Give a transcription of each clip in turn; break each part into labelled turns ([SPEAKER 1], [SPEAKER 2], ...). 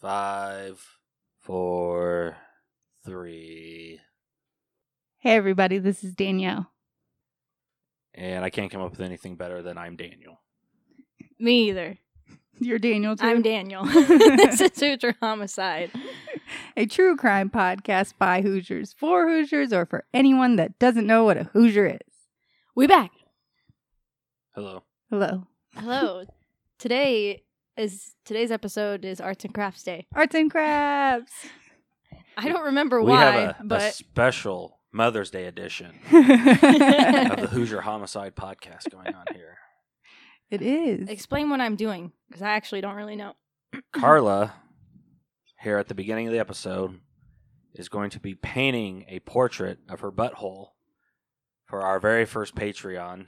[SPEAKER 1] Five, four, three.
[SPEAKER 2] Hey, everybody, this is Danielle.
[SPEAKER 1] And I can't come up with anything better than I'm Daniel.
[SPEAKER 3] Me either.
[SPEAKER 2] You're Daniel, too.
[SPEAKER 3] I'm Daniel. this is Hoosier Homicide.
[SPEAKER 2] a true crime podcast by Hoosiers, for Hoosiers, or for anyone that doesn't know what a Hoosier is.
[SPEAKER 3] We back.
[SPEAKER 1] Hello.
[SPEAKER 2] Hello.
[SPEAKER 3] Hello. Today is today's episode is Arts and Crafts Day.
[SPEAKER 2] Arts and crafts.
[SPEAKER 3] I don't remember
[SPEAKER 1] we
[SPEAKER 3] why,
[SPEAKER 1] have a, a
[SPEAKER 3] but
[SPEAKER 1] special Mother's Day edition
[SPEAKER 2] it
[SPEAKER 1] of the Hoosier Homicide podcast going on here.
[SPEAKER 2] is.
[SPEAKER 3] explain what I'm doing because I actually don't really know.
[SPEAKER 1] Carla, here at the beginning of the episode, is going to be painting a portrait of her butthole for our very first Patreon,
[SPEAKER 3] Mm.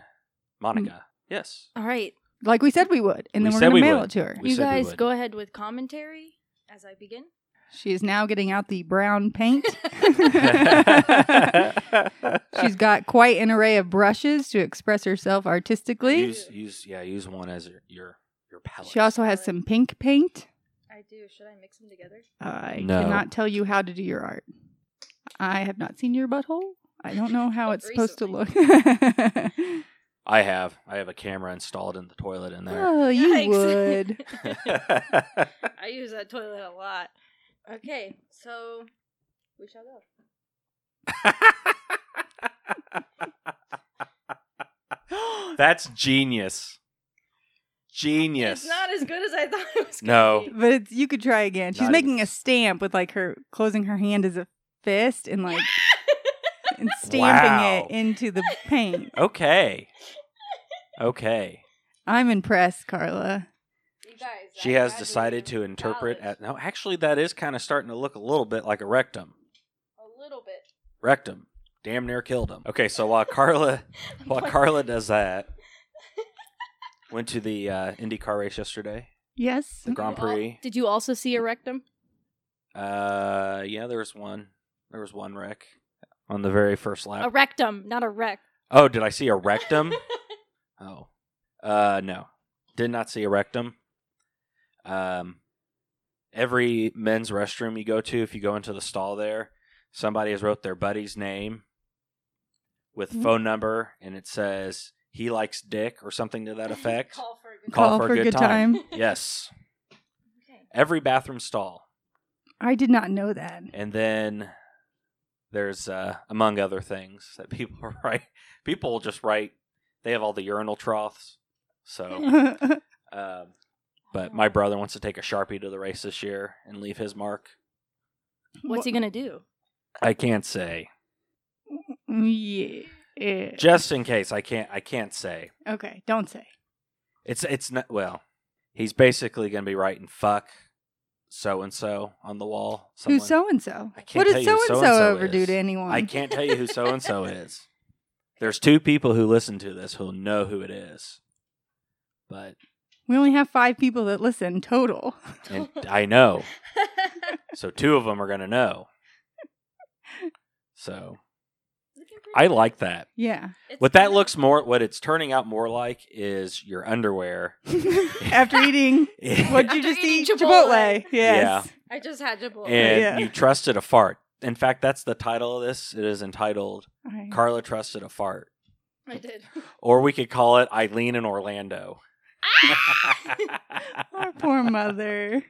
[SPEAKER 1] Monica. Yes.
[SPEAKER 3] All right,
[SPEAKER 2] Like we said we would, and then
[SPEAKER 1] We
[SPEAKER 2] we are
[SPEAKER 1] said we
[SPEAKER 2] going to mail
[SPEAKER 1] would.
[SPEAKER 2] it to her.
[SPEAKER 1] We
[SPEAKER 3] you
[SPEAKER 1] said we
[SPEAKER 3] guys
[SPEAKER 1] would.
[SPEAKER 3] go ahead with commentary as I begin.
[SPEAKER 2] She is now getting out the brown paint. She's got quite an array of brushes to express herself artistically.
[SPEAKER 1] use, use yeah, use one as your your, your palette.
[SPEAKER 2] She also has some pink paint.
[SPEAKER 3] I do. Should I mix them together?
[SPEAKER 2] I
[SPEAKER 1] No.
[SPEAKER 2] cannot tell you how to do your art. I have not seen your butthole. I don't know how it's supposed to look.
[SPEAKER 1] I have. I have a camera installed in the toilet in there.
[SPEAKER 2] oh, you
[SPEAKER 3] Yikes.
[SPEAKER 2] would.
[SPEAKER 3] I use that toilet a lot. Okay, so we shall go.
[SPEAKER 1] That's genius. Genius.
[SPEAKER 3] It's not as good as I thought it was.
[SPEAKER 1] No.
[SPEAKER 3] Gonna be.
[SPEAKER 2] But it's, you could try again. She's
[SPEAKER 1] Not
[SPEAKER 2] making
[SPEAKER 1] even-
[SPEAKER 2] a stamp with like her closing her hand as a fist and like and stamping
[SPEAKER 1] Wow.
[SPEAKER 2] it into the paint.
[SPEAKER 1] okay. Okay.
[SPEAKER 2] I'm impressed, Carla.
[SPEAKER 3] You guys, I
[SPEAKER 1] She has
[SPEAKER 3] graduated
[SPEAKER 1] decided to
[SPEAKER 3] from
[SPEAKER 1] interpret
[SPEAKER 3] college.
[SPEAKER 1] at no, actually that is kind of starting to look a little bit like a rectum.
[SPEAKER 3] a little bit.
[SPEAKER 1] Rectum. Damn near killed him. Okay, so while Carla while Carla does that, went to the uh, Indy car race yesterday,
[SPEAKER 2] Yes.
[SPEAKER 1] the Grand
[SPEAKER 3] You al-
[SPEAKER 1] Prix.
[SPEAKER 3] Did you also see a rectum?
[SPEAKER 1] Uh, yeah, there was one. There was one wreck on the very first
[SPEAKER 3] A
[SPEAKER 1] lap.
[SPEAKER 3] rectum, not a wreck.
[SPEAKER 1] oh, did I see a Uh, rectum? oh, uh, no, did not see a rectum. Um, every men's restroom you go to, if you go into the stall there, somebody has wrote their buddy's name with
[SPEAKER 3] Mm-hmm.
[SPEAKER 2] Mhm.
[SPEAKER 1] phone number, and it says he likes dick or something to that effect.
[SPEAKER 3] Call for a good
[SPEAKER 1] Call for a good time.
[SPEAKER 2] time.
[SPEAKER 1] yes,
[SPEAKER 3] Okay.
[SPEAKER 1] every bathroom stall.
[SPEAKER 2] I did not know that.
[SPEAKER 1] and then there's uh, among other things that people write people just write they have all the urinal troughs so um, but my brother wants to take a sharpie to the race this year and leave his mark
[SPEAKER 3] What's he gonna do?
[SPEAKER 1] i can't say
[SPEAKER 2] Yeah.
[SPEAKER 1] just in case i can't i can't say
[SPEAKER 2] okay, don't say.
[SPEAKER 1] it's it's not well he's basically gonna be writing fuck so and so on the wall
[SPEAKER 2] Who's
[SPEAKER 1] Someone-
[SPEAKER 2] so and so?
[SPEAKER 1] I can't
[SPEAKER 2] What does
[SPEAKER 1] tell you
[SPEAKER 2] so
[SPEAKER 1] who
[SPEAKER 2] and so
[SPEAKER 1] so-and-so
[SPEAKER 2] ever do
[SPEAKER 1] is.
[SPEAKER 2] to anyone?
[SPEAKER 1] I can't tell you who so and so is. There's two people who listen to this who'll know who it is. But
[SPEAKER 2] We only have five people that listen total.
[SPEAKER 1] and I know. So two of them are going to know. So I like that.
[SPEAKER 2] Yeah.
[SPEAKER 1] What that looks more what it's turning out more like is your underwear.
[SPEAKER 2] After eating, what'd
[SPEAKER 1] and
[SPEAKER 2] you
[SPEAKER 3] After
[SPEAKER 2] just
[SPEAKER 3] eating
[SPEAKER 2] eat?
[SPEAKER 3] Chipotle.
[SPEAKER 2] Chipotle. Yes.
[SPEAKER 3] I just had to blow.
[SPEAKER 2] Yeah.
[SPEAKER 1] you trusted a fart. In fact, that's the title of this. It is entitled
[SPEAKER 2] I-
[SPEAKER 1] Carla Trusted a Fart.
[SPEAKER 3] I did.
[SPEAKER 1] Or we could call it Eileen in Orlando.
[SPEAKER 3] Ah!
[SPEAKER 2] Our poor mother.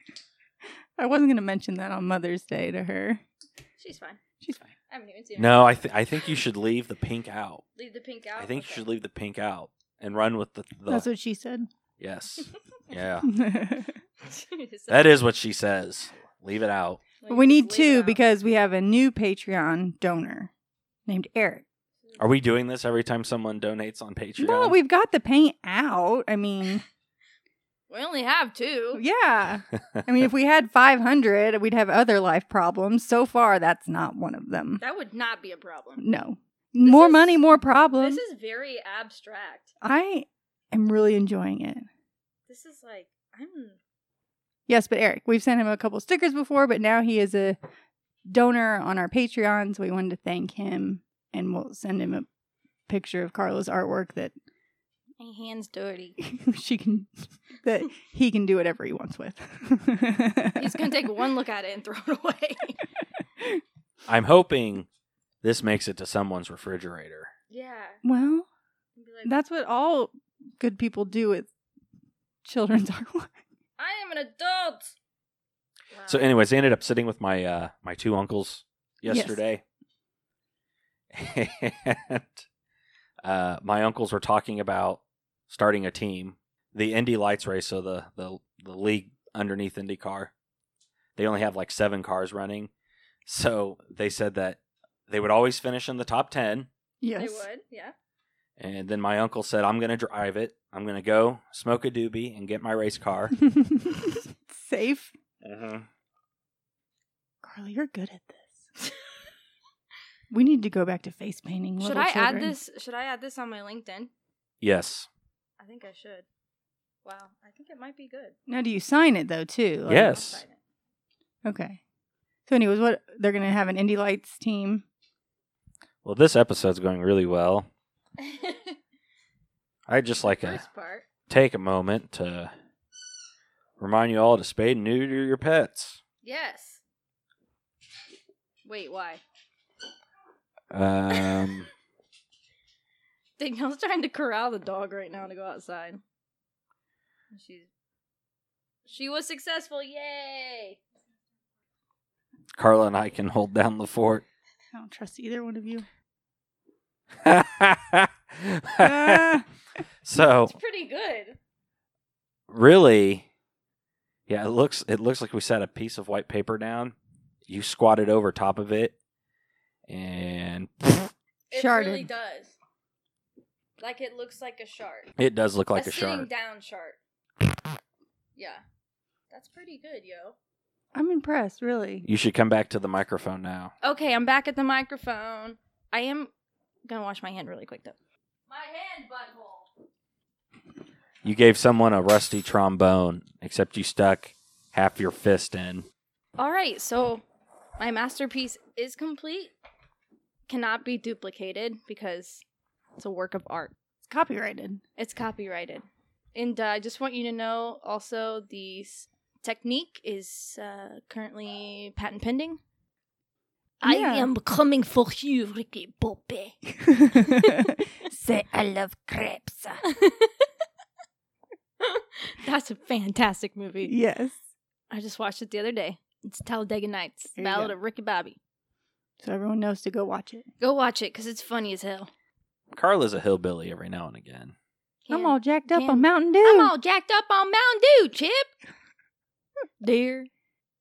[SPEAKER 2] I wasn't going to mention that on Mother's Day to her.
[SPEAKER 3] She's fine.
[SPEAKER 2] She's fine.
[SPEAKER 3] I haven't even seen her.
[SPEAKER 1] No, I th- I think you should leave the pink out.
[SPEAKER 3] Leave the pink out.
[SPEAKER 1] I think you should leave the pink out and run with the. the
[SPEAKER 2] That's what she said.
[SPEAKER 1] yes. Yeah.
[SPEAKER 3] leave.
[SPEAKER 1] that is what she says. Leave it out.
[SPEAKER 2] we need two because we have a new Patreon donor named Eric.
[SPEAKER 1] Are we doing this every time someone donates on Patreon?
[SPEAKER 2] No, we've got the paint out. I mean,
[SPEAKER 3] we only have two.
[SPEAKER 2] yeah. I mean, if we had 500, we'd have other life problems. So far, that's not one of them.
[SPEAKER 3] That would not be a problem.
[SPEAKER 2] No. more
[SPEAKER 3] is-
[SPEAKER 2] money, more problems.
[SPEAKER 3] This is very abstract.
[SPEAKER 2] I am really enjoying it.
[SPEAKER 3] This is like I'm
[SPEAKER 2] Yes, but Eric, we've sent him a couple stickers before, but now he is a donor on our Patreon, so we wanted to thank him and we'll send him a picture of Carla's artwork that
[SPEAKER 3] My hand's dirty.
[SPEAKER 2] she can that he can do whatever he wants with.
[SPEAKER 3] He's gonna take one look at it and throw it away.
[SPEAKER 1] I'm hoping this makes it to someone's refrigerator.
[SPEAKER 3] yeah.
[SPEAKER 2] Well,
[SPEAKER 3] And be like,
[SPEAKER 2] that's what all good people do with children's artwork.
[SPEAKER 3] I am an adult. Wow.
[SPEAKER 1] So, anyways, I ended up sitting with my uh, my two uncles
[SPEAKER 2] Yes.
[SPEAKER 1] yesterday, and uh, my uncles were talking about starting a team, the Indy Lights race, so the the the league underneath IndyCar. They only have like seven cars running, so they said that they would always finish in the top ten.
[SPEAKER 3] they
[SPEAKER 2] Yes.
[SPEAKER 3] would, yeah.
[SPEAKER 1] And then my uncle said, "I'm going to drive it. I'm going to go smoke a doobie and get my race car."
[SPEAKER 2] Safe.
[SPEAKER 1] uh-huh.
[SPEAKER 2] Carly, you're good at this. we need to go back to face painting.
[SPEAKER 3] Should
[SPEAKER 2] little
[SPEAKER 3] I add
[SPEAKER 2] children.
[SPEAKER 3] this? Should I add this on my LinkedIn?
[SPEAKER 1] Yes.
[SPEAKER 3] I think I should. Wow, I think it might be good.
[SPEAKER 2] Now, do you sign it though too? Like-
[SPEAKER 1] Yeah.
[SPEAKER 3] I'll
[SPEAKER 1] Yes.
[SPEAKER 3] sign it.
[SPEAKER 2] Okay. So, anyways, what they're gonna have an Indy Lights team.
[SPEAKER 1] Well, this episode's going really well. I'd just like to
[SPEAKER 3] First part.
[SPEAKER 1] take a moment to remind you all to spay and neuter your pets.
[SPEAKER 3] Yes. Wait, why?
[SPEAKER 1] Um,
[SPEAKER 3] Danielle's trying to corral the dog right now to go outside. She's she was successful. Yay!
[SPEAKER 1] Carla and I can hold down the fort.
[SPEAKER 2] I don't trust either one of you. Ah,
[SPEAKER 1] so
[SPEAKER 3] It's pretty good.
[SPEAKER 1] really, yeah, it looks it looks like we set a piece of white paper down. You squatted over top of it, and
[SPEAKER 3] It
[SPEAKER 2] Sharded.
[SPEAKER 3] really does. Like it looks like a shark.
[SPEAKER 1] it does look like a,
[SPEAKER 3] sitting
[SPEAKER 1] shark.
[SPEAKER 3] down shark. Yeah, that's pretty good, yo.
[SPEAKER 2] I'm impressed, really.
[SPEAKER 1] You should come back to the microphone now.
[SPEAKER 3] Okay, I'm back at the microphone. I am gonna wash my hand really quick though. My hand butthole.
[SPEAKER 1] You gave someone a rusty trombone, except you stuck half your fist in.
[SPEAKER 3] All right, so my masterpiece is complete. Cannot be duplicated because it's a work of art.
[SPEAKER 2] It's copyrighted.
[SPEAKER 3] It's copyrighted. And uh, I just want you to know also the s- technique is uh, currently patent pending.
[SPEAKER 2] Yeah.
[SPEAKER 3] coming for you, Ricky Pope.
[SPEAKER 2] Say I love crepes.
[SPEAKER 3] That's a fantastic movie.
[SPEAKER 2] Yes.
[SPEAKER 3] I just watched it the other day. It's Talladega Nights,
[SPEAKER 2] There you
[SPEAKER 3] Ballad
[SPEAKER 2] go.
[SPEAKER 3] of Ricky Bobby.
[SPEAKER 2] So everyone knows to go watch it.
[SPEAKER 3] Go watch it because it's funny as hell.
[SPEAKER 1] Carla's a hillbilly every now and again.
[SPEAKER 2] I'm all jacked up on
[SPEAKER 3] can-
[SPEAKER 2] Mountain Dew.
[SPEAKER 3] I'm all jacked up on Mountain Dew, Chip. Dear,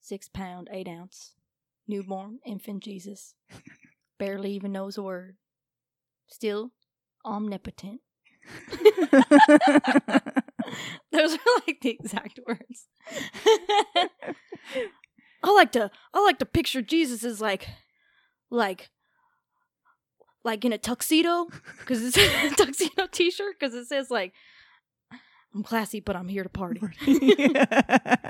[SPEAKER 3] six pound, eight ounce, newborn infant Jesus, barely even knows a word, still omnipotent. Those are like the exact words. I like to I like to picture Jesus as like like like in a tuxedo because it's a tuxedo t-shirt because it says like I'm classy but I'm here to party.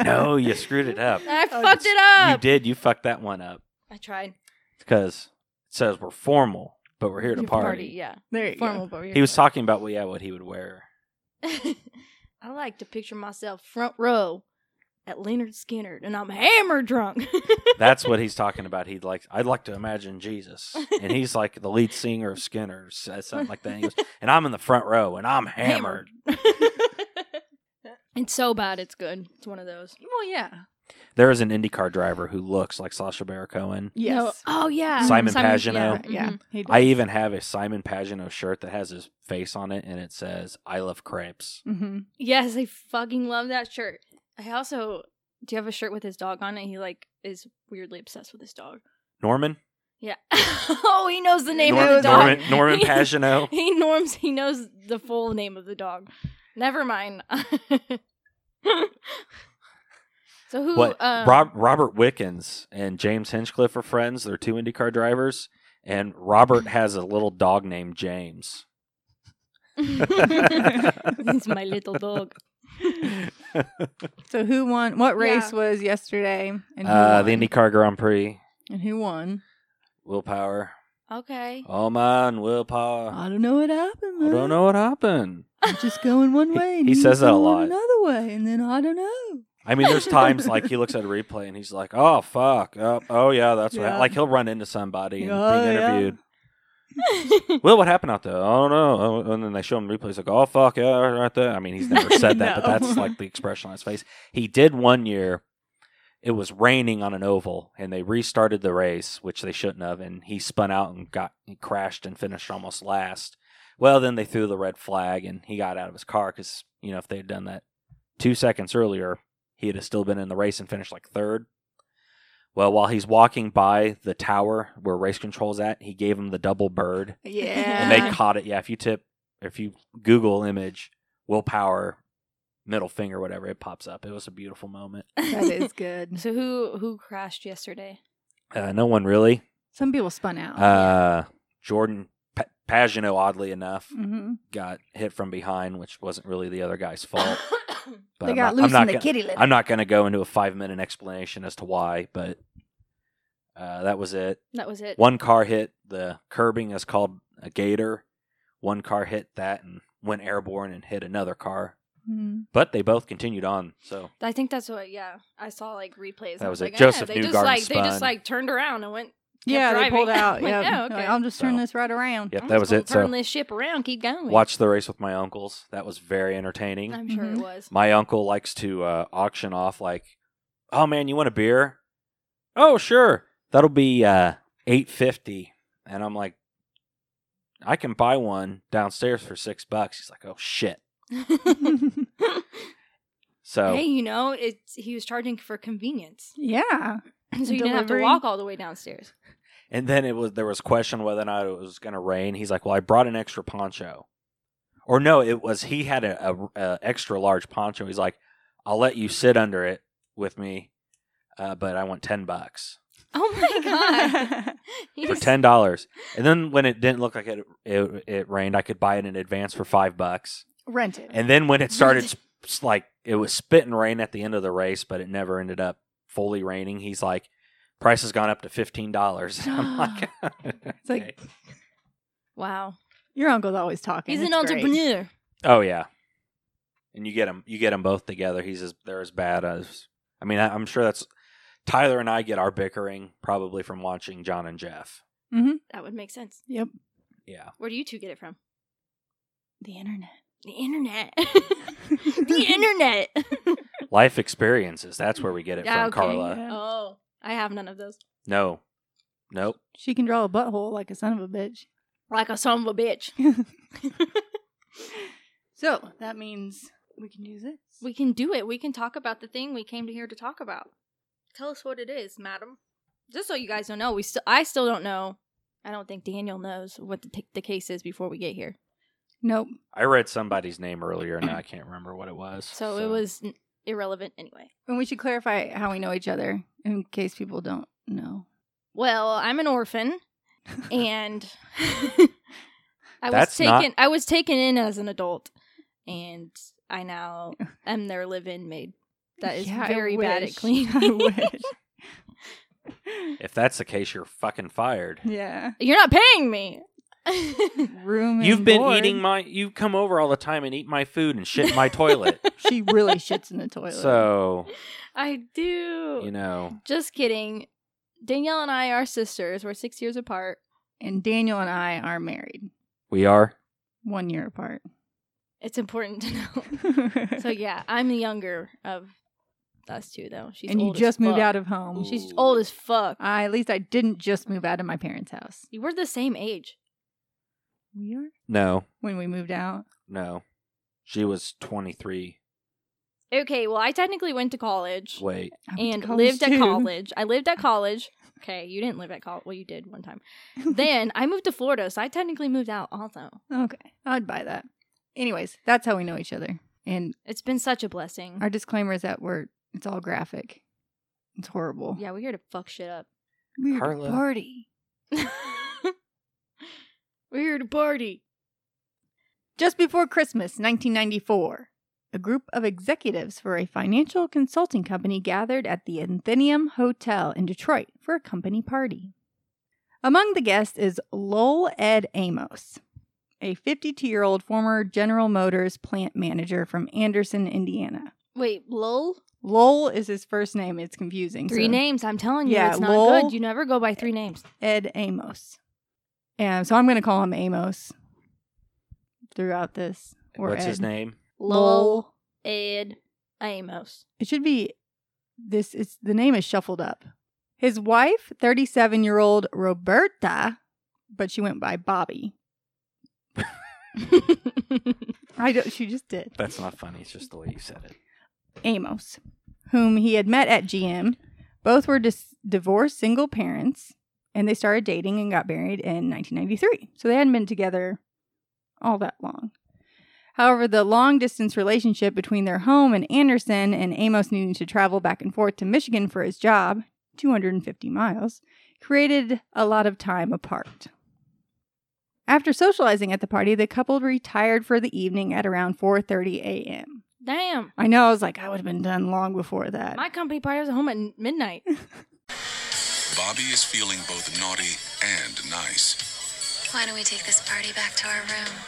[SPEAKER 1] No, you screwed it up.
[SPEAKER 3] I
[SPEAKER 2] Oh,
[SPEAKER 3] fucked
[SPEAKER 2] you-
[SPEAKER 3] it
[SPEAKER 1] You
[SPEAKER 3] up.
[SPEAKER 1] did. You fucked that one up
[SPEAKER 3] I tried.
[SPEAKER 1] because it says we're formal, but we're here to
[SPEAKER 2] Your
[SPEAKER 1] party.
[SPEAKER 3] yeah.
[SPEAKER 2] There you
[SPEAKER 3] Formal but we're
[SPEAKER 1] He was talking about well, yeah, what he would wear.
[SPEAKER 3] I like to picture myself front row at Leonard Skinner and I'm hammer drunk.
[SPEAKER 1] That's what he's talking about. He'd like. I'd like to imagine Jesus, and he's like the lead singer of Skinner, says something like that. He goes, and I'm in the front row, and I'm hammered.
[SPEAKER 3] it's so bad it's good. It's one of those.
[SPEAKER 2] Well, yeah.
[SPEAKER 1] There is an IndyCar driver who looks like Sasha Baron Cohen.
[SPEAKER 2] Yes.
[SPEAKER 3] No- Oh yeah.
[SPEAKER 1] Simon
[SPEAKER 2] Um, Yeah.
[SPEAKER 1] Pagino.
[SPEAKER 3] Mm-hmm.
[SPEAKER 2] yeah. He
[SPEAKER 1] I even have a Simon Pagino shirt that has his face on it, and it says "I love crepes."
[SPEAKER 2] hmm
[SPEAKER 3] Yes, I fucking love that shirt. I also do you have a shirt with his dog on it? He like is weirdly obsessed with his dog.
[SPEAKER 1] Norman.
[SPEAKER 3] Yeah. oh, he knows the name
[SPEAKER 1] Norman,
[SPEAKER 3] of the dog.
[SPEAKER 1] Norman, Norman
[SPEAKER 3] He-
[SPEAKER 1] Pagano.
[SPEAKER 3] He norms. He knows the full name of the dog. Never mind. so who?
[SPEAKER 1] What
[SPEAKER 2] uh,
[SPEAKER 3] um,
[SPEAKER 1] Rob, Robert Wickens and James Hinchcliffe are friends. They're two IndyCar drivers, and Robert has a little dog named James.
[SPEAKER 3] He's my little dog.
[SPEAKER 2] So who won? What race
[SPEAKER 3] Yeah.
[SPEAKER 2] was yesterday? And who
[SPEAKER 1] Uh,
[SPEAKER 2] won?
[SPEAKER 1] the IndyCar Grand Prix.
[SPEAKER 2] And who won?
[SPEAKER 1] Willpower.
[SPEAKER 3] Okay.
[SPEAKER 1] All mine. Willpower.
[SPEAKER 2] I don't know what happened.
[SPEAKER 1] I don't Uh, know what happened.
[SPEAKER 2] I'm just going one
[SPEAKER 1] He-
[SPEAKER 2] way. and
[SPEAKER 1] he
[SPEAKER 2] you
[SPEAKER 1] says that a
[SPEAKER 2] going
[SPEAKER 1] lot.
[SPEAKER 2] Another way, and then I don't know.
[SPEAKER 1] I mean, there's times like he looks at a replay and he's like, "Oh fuck, oh, oh yeah, that's what."
[SPEAKER 2] Yeah.
[SPEAKER 1] hap-" Like he'll run into somebody and
[SPEAKER 2] Oh,
[SPEAKER 1] being
[SPEAKER 2] yeah.
[SPEAKER 1] interviewed. Will, what happened out there? I don't know. Oh, And then they show him replays like, "Oh fuck, yeah, right there." I mean, he's never said that, but
[SPEAKER 2] No.
[SPEAKER 1] that's like the expression on his face. He did one year. It was raining on an oval, and they restarted the race, which they shouldn't have. And he spun out and got he crashed and finished almost last. Well, then they threw the red flag, and he got out of his car because you know if they had done that two seconds earlier, he'd have still been in the race and finished like third. Well, while he's walking by the tower where race control's at, he gave him the double bird,
[SPEAKER 2] Yeah.
[SPEAKER 1] and they caught it. Yeah, if you tip, if you Google image willpower, middle finger, whatever, it pops up. It was a beautiful moment.
[SPEAKER 2] that is good.
[SPEAKER 3] So who who crashed yesterday?
[SPEAKER 1] Uh, no one really.
[SPEAKER 2] Some people spun out.
[SPEAKER 1] Uh, Jordan pa- Pagano, oddly enough,
[SPEAKER 2] hmm
[SPEAKER 1] got hit from behind, which wasn't really the other guy's fault. But
[SPEAKER 2] They
[SPEAKER 1] I'm not-
[SPEAKER 2] got loose
[SPEAKER 1] I'm
[SPEAKER 2] in
[SPEAKER 1] not
[SPEAKER 2] the
[SPEAKER 1] gonna-
[SPEAKER 2] kitty litter.
[SPEAKER 1] I'm not going to go into a five minute explanation as to why, but uh, that was it.
[SPEAKER 3] that was it.
[SPEAKER 1] One car hit the curbing is called a gator. One car hit that and went airborne and hit another car.
[SPEAKER 2] Mhm.
[SPEAKER 1] But they both continued on. So
[SPEAKER 3] I think that's what. Yeah, I saw like replays.
[SPEAKER 1] That
[SPEAKER 3] I
[SPEAKER 1] was it.
[SPEAKER 3] like,
[SPEAKER 1] Joseph
[SPEAKER 3] they just
[SPEAKER 1] Newgarden
[SPEAKER 3] like they
[SPEAKER 1] spun.
[SPEAKER 3] just like turned around and went.
[SPEAKER 2] Yeah, they
[SPEAKER 3] driving.
[SPEAKER 2] pulled out.
[SPEAKER 3] Like,
[SPEAKER 2] Yeah,
[SPEAKER 3] oh,
[SPEAKER 2] Like,
[SPEAKER 3] okay.
[SPEAKER 2] I'll just turn
[SPEAKER 1] So-
[SPEAKER 2] this right around.
[SPEAKER 1] yep,
[SPEAKER 3] I'm
[SPEAKER 1] that
[SPEAKER 3] just
[SPEAKER 1] was
[SPEAKER 3] gonna
[SPEAKER 1] it.
[SPEAKER 3] Turn
[SPEAKER 1] So
[SPEAKER 3] this ship around. Keep going.
[SPEAKER 1] watch the race with my uncles. That was very entertaining.
[SPEAKER 3] I'm sure it
[SPEAKER 2] Mhm.
[SPEAKER 3] was.
[SPEAKER 1] my uncle likes to uh, auction off like, oh man, you want a beer? Oh sure, that'll be uh, eight fifty. And I'm like, I can buy one downstairs for six bucks. He's like, oh shit. So
[SPEAKER 3] Hey, you know, it's he was charging for convenience,
[SPEAKER 2] yeah.
[SPEAKER 3] so you didn't have to
[SPEAKER 2] Delivery.
[SPEAKER 3] walk all the way downstairs.
[SPEAKER 1] And then it was there was question whether or not it was going to rain. He's like, "Well, I brought an extra poncho," or no, it was he had a, a, a extra large poncho. He's like, "I'll let you sit under it with me, uh, but I want ten bucks
[SPEAKER 3] Oh my god! He
[SPEAKER 1] for
[SPEAKER 3] just-
[SPEAKER 1] ten dollars." And then when it didn't look like it, it it rained, I could buy it in advance for five bucks.
[SPEAKER 2] Rent it.
[SPEAKER 1] And then when it started, sp- s- like it was spitting rain at the end of the race, but it never ended up fully raining. He's like, "Price has gone up to fifteen dollars." I'm like,
[SPEAKER 2] It's like,
[SPEAKER 1] "Okay."
[SPEAKER 3] Wow,
[SPEAKER 2] Your uncle's always talking.
[SPEAKER 3] he's
[SPEAKER 2] It's
[SPEAKER 3] an
[SPEAKER 2] great.
[SPEAKER 3] entrepreneur.
[SPEAKER 1] Oh yeah, and you get them. You get them both together. He's as they're as bad as. I mean, I, I'm sure that's Tyler and I get our bickering probably from watching John and Jeff.
[SPEAKER 3] That would make sense.
[SPEAKER 2] Yep.
[SPEAKER 1] Yeah,
[SPEAKER 3] Where do you two get it from?
[SPEAKER 2] The internet.
[SPEAKER 3] The internet. the internet.
[SPEAKER 1] life experiences. That's where we get it
[SPEAKER 3] Ah,
[SPEAKER 1] from,
[SPEAKER 3] okay.
[SPEAKER 1] Carla.
[SPEAKER 2] Yeah.
[SPEAKER 3] Oh, I have none of those.
[SPEAKER 1] No, nope.
[SPEAKER 2] She can draw a butthole like a son of a bitch.
[SPEAKER 3] Like a son of a bitch.
[SPEAKER 2] So that means we can do this.
[SPEAKER 3] We can do it. We can talk about the thing we came to here to talk about. Tell us what it is, madam. Just so you guys don't know, we still I still don't know. I don't think Daniel knows what the, t- the case is before we get here.
[SPEAKER 2] nope.
[SPEAKER 1] I read somebody's name earlier, and I can't remember what it was.
[SPEAKER 3] So, it was n- irrelevant anyway.
[SPEAKER 2] And we should clarify how we know each other in case people don't know.
[SPEAKER 3] Well, I'm an orphan and I was
[SPEAKER 1] That's not-
[SPEAKER 3] taken I was taken in as an adult and I now am their live-in maid. That is
[SPEAKER 2] Yeah, I
[SPEAKER 3] very bad at
[SPEAKER 2] wish.
[SPEAKER 3] cleaning.
[SPEAKER 2] I wish.
[SPEAKER 1] If that's the case, you're fucking fired.
[SPEAKER 2] yeah.
[SPEAKER 3] You're not paying me.
[SPEAKER 2] Room. and
[SPEAKER 1] You've been
[SPEAKER 2] board.
[SPEAKER 1] eating my. You come over all the time and eat my food and shit in my toilet.
[SPEAKER 2] She really shits in the toilet.
[SPEAKER 1] so
[SPEAKER 3] I do.
[SPEAKER 1] you know,
[SPEAKER 3] Just kidding. Danielle and I are sisters. We're six years apart.
[SPEAKER 2] And Daniel and I are married,
[SPEAKER 1] we are.
[SPEAKER 2] one year apart.
[SPEAKER 3] It's important to know. so
[SPEAKER 2] so
[SPEAKER 3] yeah, I'm the younger of us two, though. She's
[SPEAKER 2] and you
[SPEAKER 3] old as
[SPEAKER 2] just moved
[SPEAKER 3] fuck.
[SPEAKER 2] out of home.
[SPEAKER 1] Ooh.
[SPEAKER 3] She's old as fuck.
[SPEAKER 2] I, at least I didn't just move out of my parents' house.
[SPEAKER 3] You were the same age.
[SPEAKER 2] We are
[SPEAKER 1] No,
[SPEAKER 2] when we moved out.
[SPEAKER 1] no. She was 23.
[SPEAKER 3] Okay, well, I technically went to college
[SPEAKER 1] Wait,
[SPEAKER 2] I went to
[SPEAKER 3] and
[SPEAKER 2] college
[SPEAKER 3] lived
[SPEAKER 2] too.
[SPEAKER 3] at college. I lived at college. Okay, you didn't live at college. Well, you did one time. then I moved to Florida, so I technically moved out also.
[SPEAKER 2] Okay, I'd buy that. Anyways, that's how we know each other. And
[SPEAKER 3] It's been such a blessing.
[SPEAKER 2] our disclaimer is that we're it's all graphic. It's horrible.
[SPEAKER 3] yeah, we're here to fuck shit up.
[SPEAKER 2] We're here to
[SPEAKER 1] Carla.
[SPEAKER 2] party.
[SPEAKER 3] we're here to party.
[SPEAKER 2] Just before Christmas, 1994, a group of executives for a financial consulting company gathered at the Athenaeum Hotel in Detroit for a company party. Among the guests is Lowell Ed Amos, a 52 year old former General Motors plant manager from Anderson, Indiana.
[SPEAKER 3] Wait, lol.
[SPEAKER 2] Lowell is his first name. It's confusing.
[SPEAKER 3] Three
[SPEAKER 2] so-
[SPEAKER 3] names. I'm telling you,
[SPEAKER 2] Yeah,
[SPEAKER 3] it's not
[SPEAKER 2] lol.
[SPEAKER 3] good. You never go by three names.
[SPEAKER 2] Ed Amos. And so I'm going to call him Amos throughout this. Or
[SPEAKER 1] What's
[SPEAKER 2] Ed.
[SPEAKER 1] his name?
[SPEAKER 3] Lol, Ed, Amos.
[SPEAKER 2] It should be this is the name is shuffled up. His wife, 37-year-old Roberta, but she went by Bobby. I don't she just did.
[SPEAKER 1] That's not funny. It's just the way you said it.
[SPEAKER 2] Amos, whom he had met at GM. Both were dis- divorced single parents, and they started dating and got married in 1993. So they hadn't been together all that long. However, the long distance relationship between their home in Anderson and Amos needing to travel back and forth to Michigan for his job, 250 miles, created a lot of time apart. After socializing at the party, the couple retired for the evening at around 4:30 a.m.
[SPEAKER 3] Damn.
[SPEAKER 2] I know. I was like, I would have been done long before
[SPEAKER 1] Uh,
[SPEAKER 2] that.
[SPEAKER 3] My company party was at home at n- midnight.
[SPEAKER 4] Bobby is feeling both naughty and nice.
[SPEAKER 5] Why don't we take this party back to our room?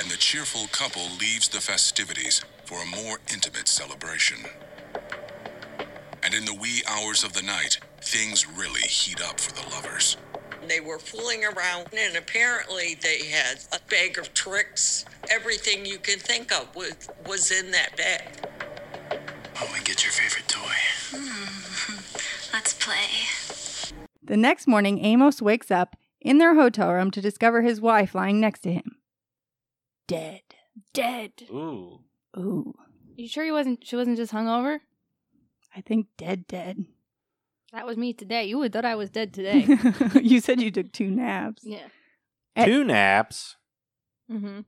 [SPEAKER 4] and the cheerful couple leaves the festivities for a more intimate celebration. And in the wee hours of the night, things really heat up for the lovers.
[SPEAKER 6] They were fooling around, and apparently they had a bag of tricks. Everything you can think of was, was in that bag.
[SPEAKER 4] Why don't we get your favorite toy?
[SPEAKER 5] Let's play.
[SPEAKER 2] the next morning, Amos wakes up in their hotel room to discover his wife lying next to him.
[SPEAKER 3] Dead. Dead.
[SPEAKER 1] Ooh.
[SPEAKER 2] Ooh,
[SPEAKER 3] You sure he wasn't? She wasn't just hungover.
[SPEAKER 2] I think dead, dead.
[SPEAKER 3] That was me today. You would thought I was dead today.
[SPEAKER 2] you said you took two naps.
[SPEAKER 3] yeah.
[SPEAKER 2] Eh.
[SPEAKER 1] Two naps.
[SPEAKER 3] Mm-hmm.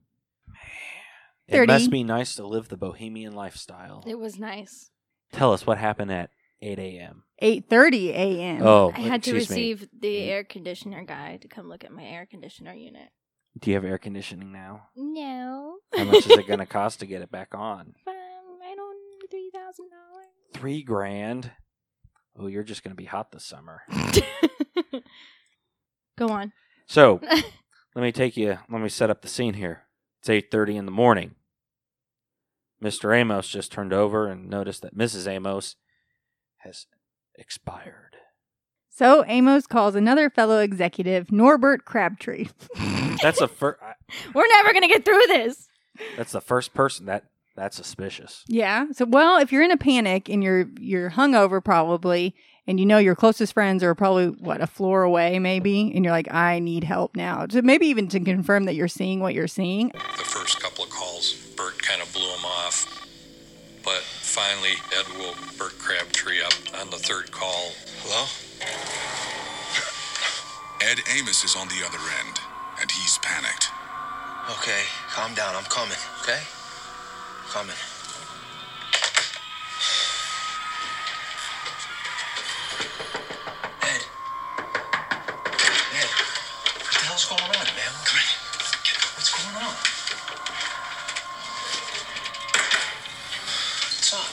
[SPEAKER 1] It
[SPEAKER 2] 30.
[SPEAKER 1] must be nice to live the bohemian lifestyle.
[SPEAKER 3] It was nice.
[SPEAKER 1] Tell us what happened at 8 a.m.
[SPEAKER 2] 8:30 a.m.
[SPEAKER 1] Oh,
[SPEAKER 3] I had to
[SPEAKER 1] excuse me. Mm-hmm.
[SPEAKER 3] receive the air conditioner guy to come look at my air conditioner unit.
[SPEAKER 1] Do you have air conditioning now?
[SPEAKER 3] No.
[SPEAKER 1] How much is it going to cost to get it back on?
[SPEAKER 3] Um, I don't three thousand dollars.
[SPEAKER 1] Three grand. Oh, you're just going to be hot this summer.
[SPEAKER 3] Go on.
[SPEAKER 1] So let me take you. Let me set up the scene here. It's eight thirty in the morning. Mister Amos just turned over and noticed that Mrs. Amos has expired.
[SPEAKER 2] So Amos calls another fellow executive, Norbert Crabtree.
[SPEAKER 1] That's the first.
[SPEAKER 3] We're never gonna get through this.
[SPEAKER 1] That's the first person that that's suspicious.
[SPEAKER 2] Yeah. So well, if you're in a panic and you're you're hungover probably and you know your closest friends are probably what a floor away maybe and you're like I need help now. So maybe even to confirm that you're seeing what you're seeing.
[SPEAKER 7] The first couple of calls, Bert kind of blew him off. But finally, Ed woke Bert Crabtree up on the third call. Hello?
[SPEAKER 4] Ed Amos is on the other end, and he's panicked.
[SPEAKER 8] Okay, calm down. I'm coming, okay? Coming. Ed. Ed. What the hell's going on, man? Come in. What's going on? What's up?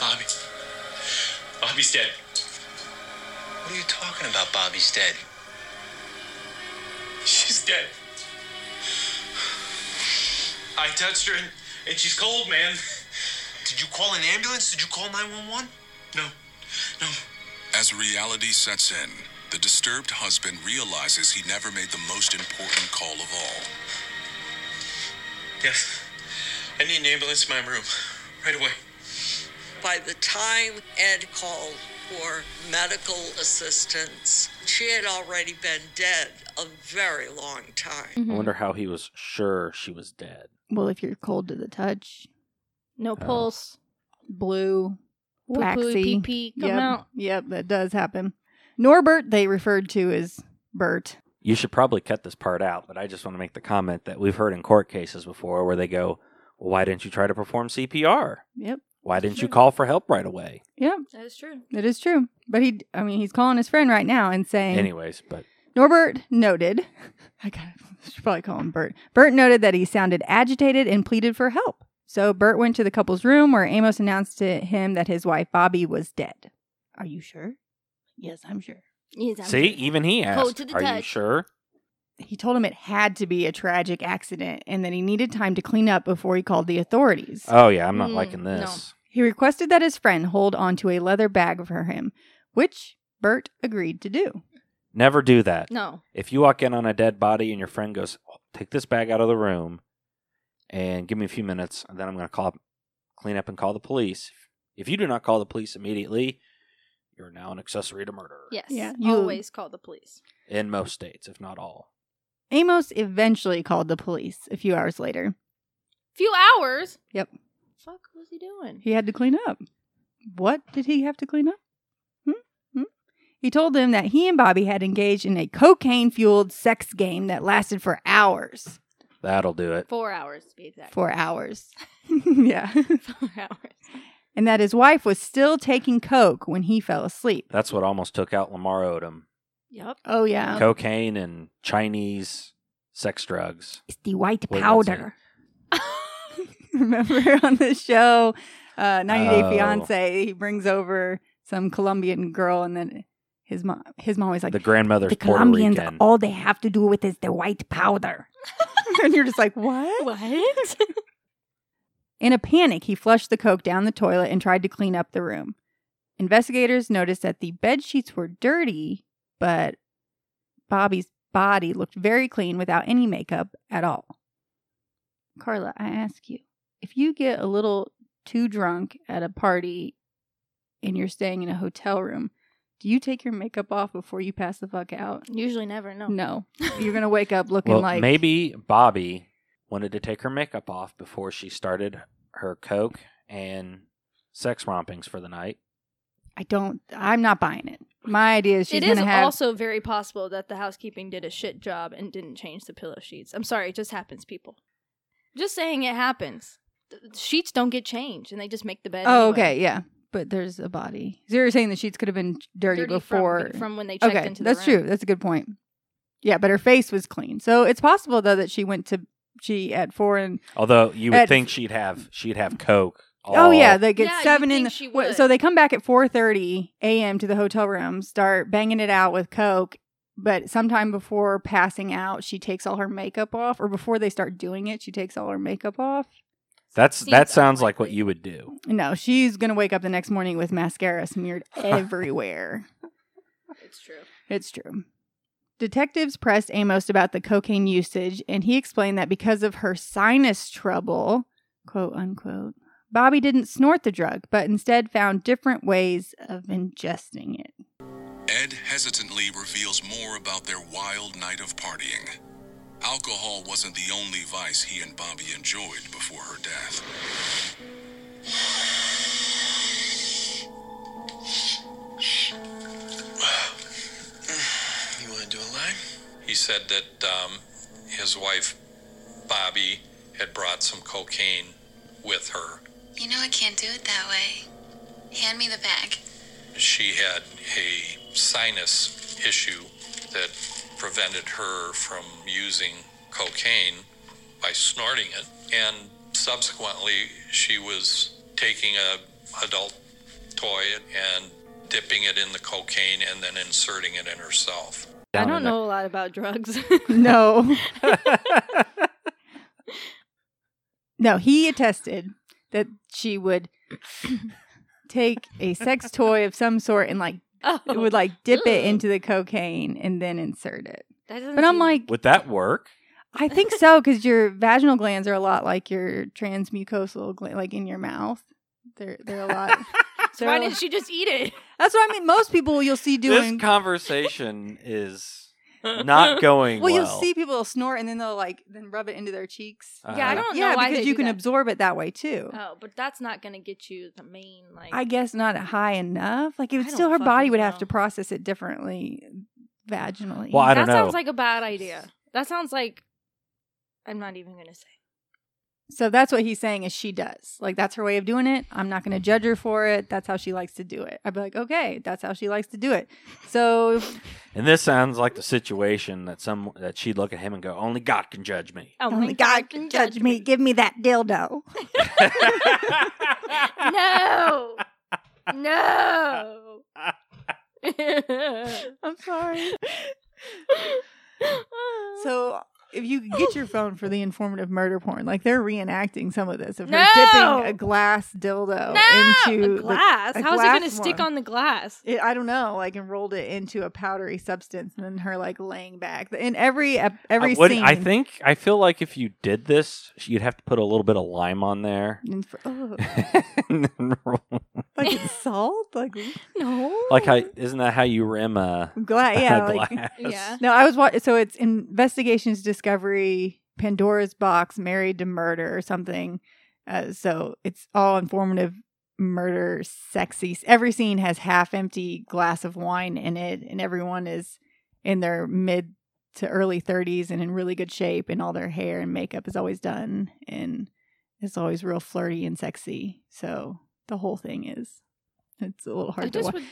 [SPEAKER 8] Bobby. Bobby's dead. What are you talking about, Bobby's dead?
[SPEAKER 9] She's dead. I touched her and, and she's cold, man.
[SPEAKER 8] Did you call an ambulance? Did you call 911?
[SPEAKER 9] No, no.
[SPEAKER 4] As reality sets in, the disturbed husband realizes he never made the most important call of all.
[SPEAKER 9] Yes. I need an ambulance in my room. Right away.
[SPEAKER 6] By the time Ed called for medical assistance, she had already been dead a very long time.
[SPEAKER 3] Mm-hmm.
[SPEAKER 1] I wonder how he was sure she was dead.
[SPEAKER 2] Well, if you're cold to the touch,
[SPEAKER 3] No pulse.
[SPEAKER 2] blue,
[SPEAKER 3] Poo-poo,
[SPEAKER 2] waxy.
[SPEAKER 3] pee-pee, come
[SPEAKER 2] yep.
[SPEAKER 3] out.
[SPEAKER 2] Yep, that does happen. Norbert they referred to as Bert.
[SPEAKER 1] You should probably cut this part out, but I just want to make the comment that we've heard in court cases before where they go, well, "Why didn't you try to perform CPR?
[SPEAKER 2] Yep.
[SPEAKER 1] Why didn't you call for help right away?"
[SPEAKER 2] Yep,
[SPEAKER 3] That is true.
[SPEAKER 2] it is true. But he I mean, he's calling his friend right now and saying
[SPEAKER 1] Anyways, but
[SPEAKER 2] Norbert noted, I got should probably call him Bert. Bert noted that he sounded agitated and pleaded for help. So Bert went to the couple's room where Amos announced to him that his wife Bobby was dead. Are you sure? Yes, I'm sure.
[SPEAKER 3] Yes, I'm
[SPEAKER 1] See,
[SPEAKER 3] sure.
[SPEAKER 1] even he asked,
[SPEAKER 3] Cold to the
[SPEAKER 1] "Are you
[SPEAKER 3] touch."
[SPEAKER 1] sure?"
[SPEAKER 2] He told him it had to be a tragic accident and that he needed time to clean up before he called the authorities.
[SPEAKER 1] Oh yeah, I'm not
[SPEAKER 3] Mm,
[SPEAKER 1] liking
[SPEAKER 3] no.
[SPEAKER 1] this.
[SPEAKER 2] He requested that his friend hold onto a leather bag for him, which Bert agreed to do.
[SPEAKER 1] Never do that.
[SPEAKER 3] No.
[SPEAKER 1] If you walk in on a dead body and your friend goes, "Take this bag out of the room and give me a few minutes, and then I'm going to call clean up and call the police." If you do not call the police immediately, you're now an accessory to murder.
[SPEAKER 3] Yes.
[SPEAKER 2] Yeah, you-
[SPEAKER 3] Always call the police.
[SPEAKER 1] In most states, if not all.
[SPEAKER 2] Amos eventually called the police a few hours later.
[SPEAKER 3] Few hours.
[SPEAKER 2] Yep.
[SPEAKER 3] Fuck was he doing?
[SPEAKER 2] He had to clean up. What did he have to clean up? Hmm? Hmm? He told them that he and Bobby had engaged in a cocaine fueled sex game that lasted for hours.
[SPEAKER 1] That'll do it.
[SPEAKER 3] Four hours to be exact.
[SPEAKER 2] For hours. yeah.
[SPEAKER 3] Four hours.
[SPEAKER 2] And that his wife was still taking coke when he fell asleep.
[SPEAKER 1] That's what almost took out Lamar Odom.
[SPEAKER 3] Yep.
[SPEAKER 2] Oh, yeah.
[SPEAKER 1] Cocaine and Chinese sex drugs.
[SPEAKER 2] It's the white
[SPEAKER 1] Wait, what's
[SPEAKER 2] powder. Remember on the show, uh, 90 Day
[SPEAKER 1] Oh.
[SPEAKER 2] Fiance, he brings over some Colombian girl, and then his mom, his mom is like,
[SPEAKER 1] the grandmother's
[SPEAKER 2] the
[SPEAKER 1] Puerto
[SPEAKER 2] Colombians,
[SPEAKER 1] Rican.
[SPEAKER 2] all they have to do with is the white powder. and you're just like, what?
[SPEAKER 3] What?
[SPEAKER 2] In a panic, he flushed the coke down the toilet and tried to clean up the room. Investigators noticed that the bed sheets were dirty, but Bobby's body looked very clean without any makeup at all. Carla, I ask you, if you get a little too drunk at a party and you're staying in a hotel room, do you take your makeup off before you pass the fuck out?
[SPEAKER 3] Usually never. No.
[SPEAKER 2] No. You're going to wake up looking
[SPEAKER 1] well,
[SPEAKER 2] like
[SPEAKER 1] maybe Bobby wanted to take her makeup off before she started her coke and sex rompings for the night.
[SPEAKER 2] I don't I'm not buying it. My idea is she's
[SPEAKER 3] it
[SPEAKER 2] going
[SPEAKER 3] is
[SPEAKER 2] to have
[SPEAKER 3] also very possible that the housekeeping did a shit job and didn't change the pillow sheets. I'm sorry, it just happens, people. Just saying it happens. The- the sheets don't get changed and they just make the bed.
[SPEAKER 2] Oh,
[SPEAKER 3] anyway.
[SPEAKER 2] okay, yeah. But there's a body. So you're saying the sheets could have been dirty,
[SPEAKER 3] Dirty
[SPEAKER 2] before.
[SPEAKER 3] from, from when they checked
[SPEAKER 2] okay,
[SPEAKER 3] into the
[SPEAKER 2] that's
[SPEAKER 3] room.
[SPEAKER 2] true. That's a good point. Yeah, but her face was clean, so it's possible though that she went to she at four and
[SPEAKER 1] Although you would
[SPEAKER 2] At-
[SPEAKER 1] think she'd have she'd have coke.
[SPEAKER 2] oh, yeah,
[SPEAKER 1] all-
[SPEAKER 2] they get
[SPEAKER 3] Yeah, you'd
[SPEAKER 2] seven in.
[SPEAKER 3] think
[SPEAKER 2] The,
[SPEAKER 3] she
[SPEAKER 2] what-
[SPEAKER 3] would.
[SPEAKER 2] So they come back at four thirty a.m. to the hotel room, start banging it out with coke. But sometime before passing out, she takes all her makeup off, or before they start doing it, she takes all her makeup off.
[SPEAKER 1] that's
[SPEAKER 3] Seems
[SPEAKER 1] that sounds like what
[SPEAKER 3] unlikely.
[SPEAKER 1] you would do.
[SPEAKER 2] No, she's gonna wake up the next morning with mascara smeared everywhere.
[SPEAKER 3] It's true.
[SPEAKER 2] It's true. Detectives pressed Amos about the cocaine usage, and he explained that because of her sinus trouble, quote unquote, Bobby didn't snort the drug, but instead found different ways of ingesting it.
[SPEAKER 4] Ed hesitantly reveals more about their wild night of partying. Alcohol wasn't the only vice he and Bobby enjoyed before her death.
[SPEAKER 8] You want to do a line?
[SPEAKER 7] He said that um, his wife, Bobby, had brought some cocaine with her.
[SPEAKER 5] You know I can't do it that way. Hand me the bag.
[SPEAKER 7] She had a sinus issue that prevented her from using cocaine by snorting it. And subsequently, she was taking a adult toy and dipping it in the cocaine and then inserting it in herself.
[SPEAKER 3] I
[SPEAKER 1] Down
[SPEAKER 3] don't
[SPEAKER 1] in the-
[SPEAKER 3] know a lot about drugs.
[SPEAKER 2] No. no, he attested that she would take a sex toy of some sort and like
[SPEAKER 3] oh,
[SPEAKER 2] would like dip it
[SPEAKER 3] Ooh.
[SPEAKER 2] into the cocaine and then insert it.
[SPEAKER 3] that doesn't
[SPEAKER 2] But I'm
[SPEAKER 3] seem-
[SPEAKER 2] like
[SPEAKER 1] Would that work?
[SPEAKER 2] I think so because your vaginal glands are a lot like your transmucosal gland, like in your mouth. They're they're a lot.
[SPEAKER 3] so why
[SPEAKER 2] they're-
[SPEAKER 3] didn't she just eat it?
[SPEAKER 2] That's what I mean. Most people you'll see doing.
[SPEAKER 1] This conversation is not going
[SPEAKER 2] well,
[SPEAKER 1] well.
[SPEAKER 2] you'll see people snort and then they'll like then rub it into their cheeks.
[SPEAKER 3] Yeah, I
[SPEAKER 1] Uh-huh.
[SPEAKER 3] don't know
[SPEAKER 2] yeah,
[SPEAKER 3] why
[SPEAKER 2] because
[SPEAKER 3] they
[SPEAKER 2] you
[SPEAKER 3] do
[SPEAKER 2] can
[SPEAKER 3] that.
[SPEAKER 2] absorb it that way too.
[SPEAKER 3] Oh, but that's not gonna get you the main like.
[SPEAKER 2] I guess not high enough. Like it
[SPEAKER 3] I
[SPEAKER 2] would
[SPEAKER 3] don't
[SPEAKER 2] still, her body
[SPEAKER 3] fucking
[SPEAKER 2] would have
[SPEAKER 3] know.
[SPEAKER 2] to process it differently, vaginally.
[SPEAKER 1] Well, I
[SPEAKER 3] that
[SPEAKER 1] don't know.
[SPEAKER 3] sounds like a bad idea. That sounds like I'm not even gonna say.
[SPEAKER 2] so that's what he's saying is she does. Like that's her way of doing it. I'm not going to judge her for it. That's how she likes to do it. I'd be like, okay, that's how she likes to do it. So
[SPEAKER 1] and this sounds like the situation that some that she'd look at him and go, "Only God can judge me."
[SPEAKER 3] Oh,
[SPEAKER 2] Only God can judge me. Give me that dildo.
[SPEAKER 3] no. No.
[SPEAKER 2] I'm sorry. So if you could get your phone for the informative murder porn, like they're reenacting some of this of her
[SPEAKER 3] No!
[SPEAKER 2] dipping a glass dildo
[SPEAKER 3] no!
[SPEAKER 2] into
[SPEAKER 3] a
[SPEAKER 2] the-
[SPEAKER 3] glass.
[SPEAKER 2] a
[SPEAKER 3] How is it
[SPEAKER 2] glass
[SPEAKER 3] going to stick
[SPEAKER 2] one.
[SPEAKER 3] on the glass?
[SPEAKER 2] it, I don't know, like and rolled it into a powdery substance, and then her like laying back in every ep- every
[SPEAKER 1] I, would-
[SPEAKER 2] scene.
[SPEAKER 1] I think I feel like if you did this, you'd have to put a little bit of lime on there.
[SPEAKER 2] And for- oh,
[SPEAKER 1] And then roll-
[SPEAKER 2] like it's salt, like
[SPEAKER 3] No.
[SPEAKER 1] like how isn't that how you rim a,
[SPEAKER 2] glass.
[SPEAKER 1] a
[SPEAKER 2] Yeah, like,
[SPEAKER 1] glass?
[SPEAKER 3] Yeah.
[SPEAKER 2] no, I was wa- so it's investigations, discovery, Pandora's box, married to murder, or something. Uh, so it's all informative murder, sexy. Every scene has half empty glass of wine in it, and everyone is in their mid to early thirties and in really good shape, and all their hair and makeup is always done, and it's always real flirty and sexy. So the whole thing is. It's a little hard
[SPEAKER 3] I
[SPEAKER 2] to watch.
[SPEAKER 3] just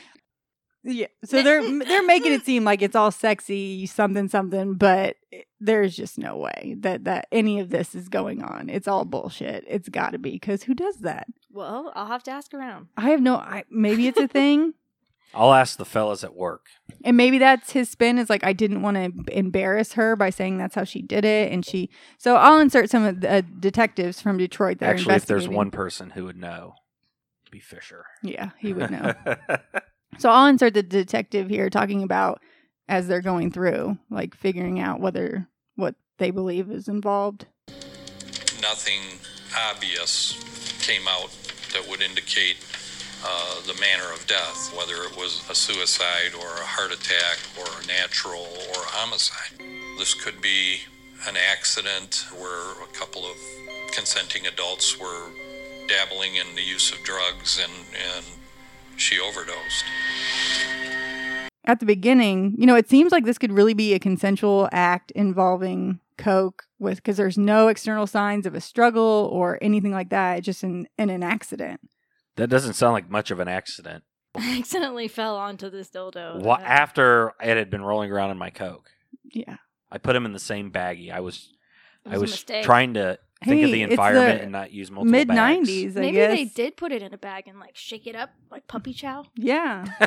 [SPEAKER 3] would
[SPEAKER 2] Yeah. So they're they're making it seem like it's all sexy, something something, but there's just no way that that any of this is going on. It's all bullshit. It's got to be cuz who does that?
[SPEAKER 3] Well, I'll have to ask around.
[SPEAKER 2] I have no I maybe it's a thing.
[SPEAKER 1] I'll ask the fellas at work.
[SPEAKER 2] And maybe that's his spin is like I didn't want to embarrass her by saying that's how she did it and she So I'll insert some of the uh, detectives from Detroit that
[SPEAKER 1] Actually,
[SPEAKER 2] are
[SPEAKER 1] if there's
[SPEAKER 2] investigating.
[SPEAKER 1] one person who would know, it'd be Fisher.
[SPEAKER 2] Yeah, he would know. So I'll insert the detective here talking about as they're going through, like figuring out whether what they believe is involved.
[SPEAKER 7] nothing obvious came out that would indicate uh, the manner of death, whether it was a suicide or a heart attack or a natural or a homicide. This could be an accident where a couple of consenting adults were dabbling in the use of drugs and, and she overdosed.
[SPEAKER 2] At the beginning, you know, it seems like this could really be a consensual act involving coke with because there's no external signs of a struggle or anything like that, it's just in, in an accident.
[SPEAKER 1] that doesn't sound like much of an accident.
[SPEAKER 3] I accidentally fell onto this
[SPEAKER 2] Oh,
[SPEAKER 3] dildo.
[SPEAKER 1] Wha-
[SPEAKER 3] Uh,
[SPEAKER 1] after it had been rolling around in my coke,
[SPEAKER 2] Yeah.
[SPEAKER 1] I put him in the same baggie. I was,
[SPEAKER 3] it
[SPEAKER 1] I
[SPEAKER 3] a
[SPEAKER 1] was
[SPEAKER 3] mistake.
[SPEAKER 1] trying to think of
[SPEAKER 2] Hey,
[SPEAKER 1] the
[SPEAKER 2] it's
[SPEAKER 1] environment
[SPEAKER 2] the
[SPEAKER 1] and not use multiple
[SPEAKER 2] Mid
[SPEAKER 1] bags.
[SPEAKER 2] nineties, I
[SPEAKER 3] Maybe
[SPEAKER 2] guess.
[SPEAKER 3] they did put it in a bag and like shake it up like puppy chow.
[SPEAKER 2] Yeah.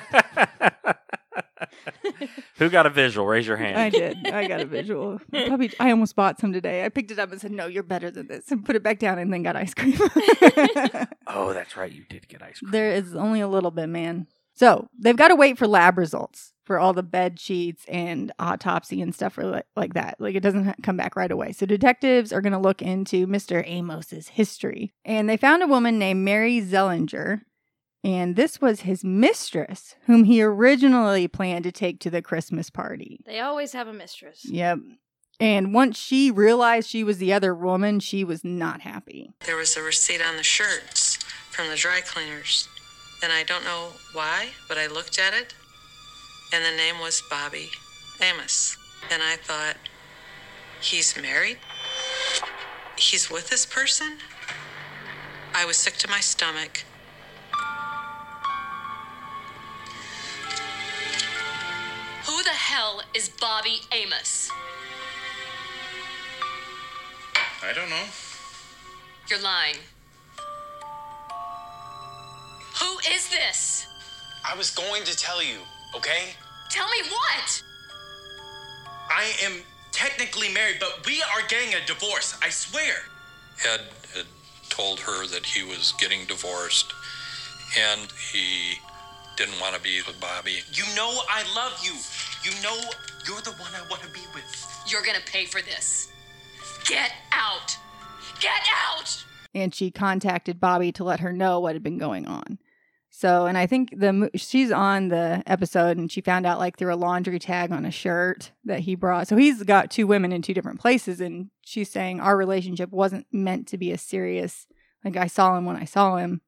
[SPEAKER 1] who got a visual? Raise your hand.
[SPEAKER 2] I did. I got a visual. Puppy, I almost bought some today. I picked it up and said, "No, you're better than this," and put it back down, and then got ice cream.
[SPEAKER 1] Oh, that's right. You did get ice cream.
[SPEAKER 2] There is only a little bit, man. So they've got to wait for lab results for all the bed sheets and autopsy and stuff or like, like that. Like it doesn't ha- come back right away. So detectives are going to look into Mr. Amos's history. And they found a woman named Mary Zellinger. And this was his mistress, whom he originally planned to take to the Christmas party.
[SPEAKER 3] They always have a mistress.
[SPEAKER 2] Yep. And once she realized she was the other woman, she was not happy.
[SPEAKER 6] There was a receipt on the shirts from the dry cleaners. And I don't know why, but I looked at it, and the name was Bobby Amos. And I thought, he's married? He's with this person? I was sick to my stomach.
[SPEAKER 10] Who the hell is Bobby Amos?
[SPEAKER 9] I don't know.
[SPEAKER 10] You're lying. Who is this?
[SPEAKER 9] I was going to tell you, okay?
[SPEAKER 10] Tell me what?
[SPEAKER 9] I am technically married, but we are getting a divorce, I swear.
[SPEAKER 7] Ed had told her that he was getting divorced and he didn't want to be with Bobby
[SPEAKER 9] You know I love you. You know you're the one I want to be with.
[SPEAKER 10] You're gonna pay for this. Get out! Get out!
[SPEAKER 2] and she contacted Bobby to let her know what had been going on. So, and I think the mo- she's on the episode, and she found out like through a laundry tag on a shirt that he brought. So he's got two women in two different places, and she's saying our relationship wasn't meant to be a serious. Like I saw him when I saw him,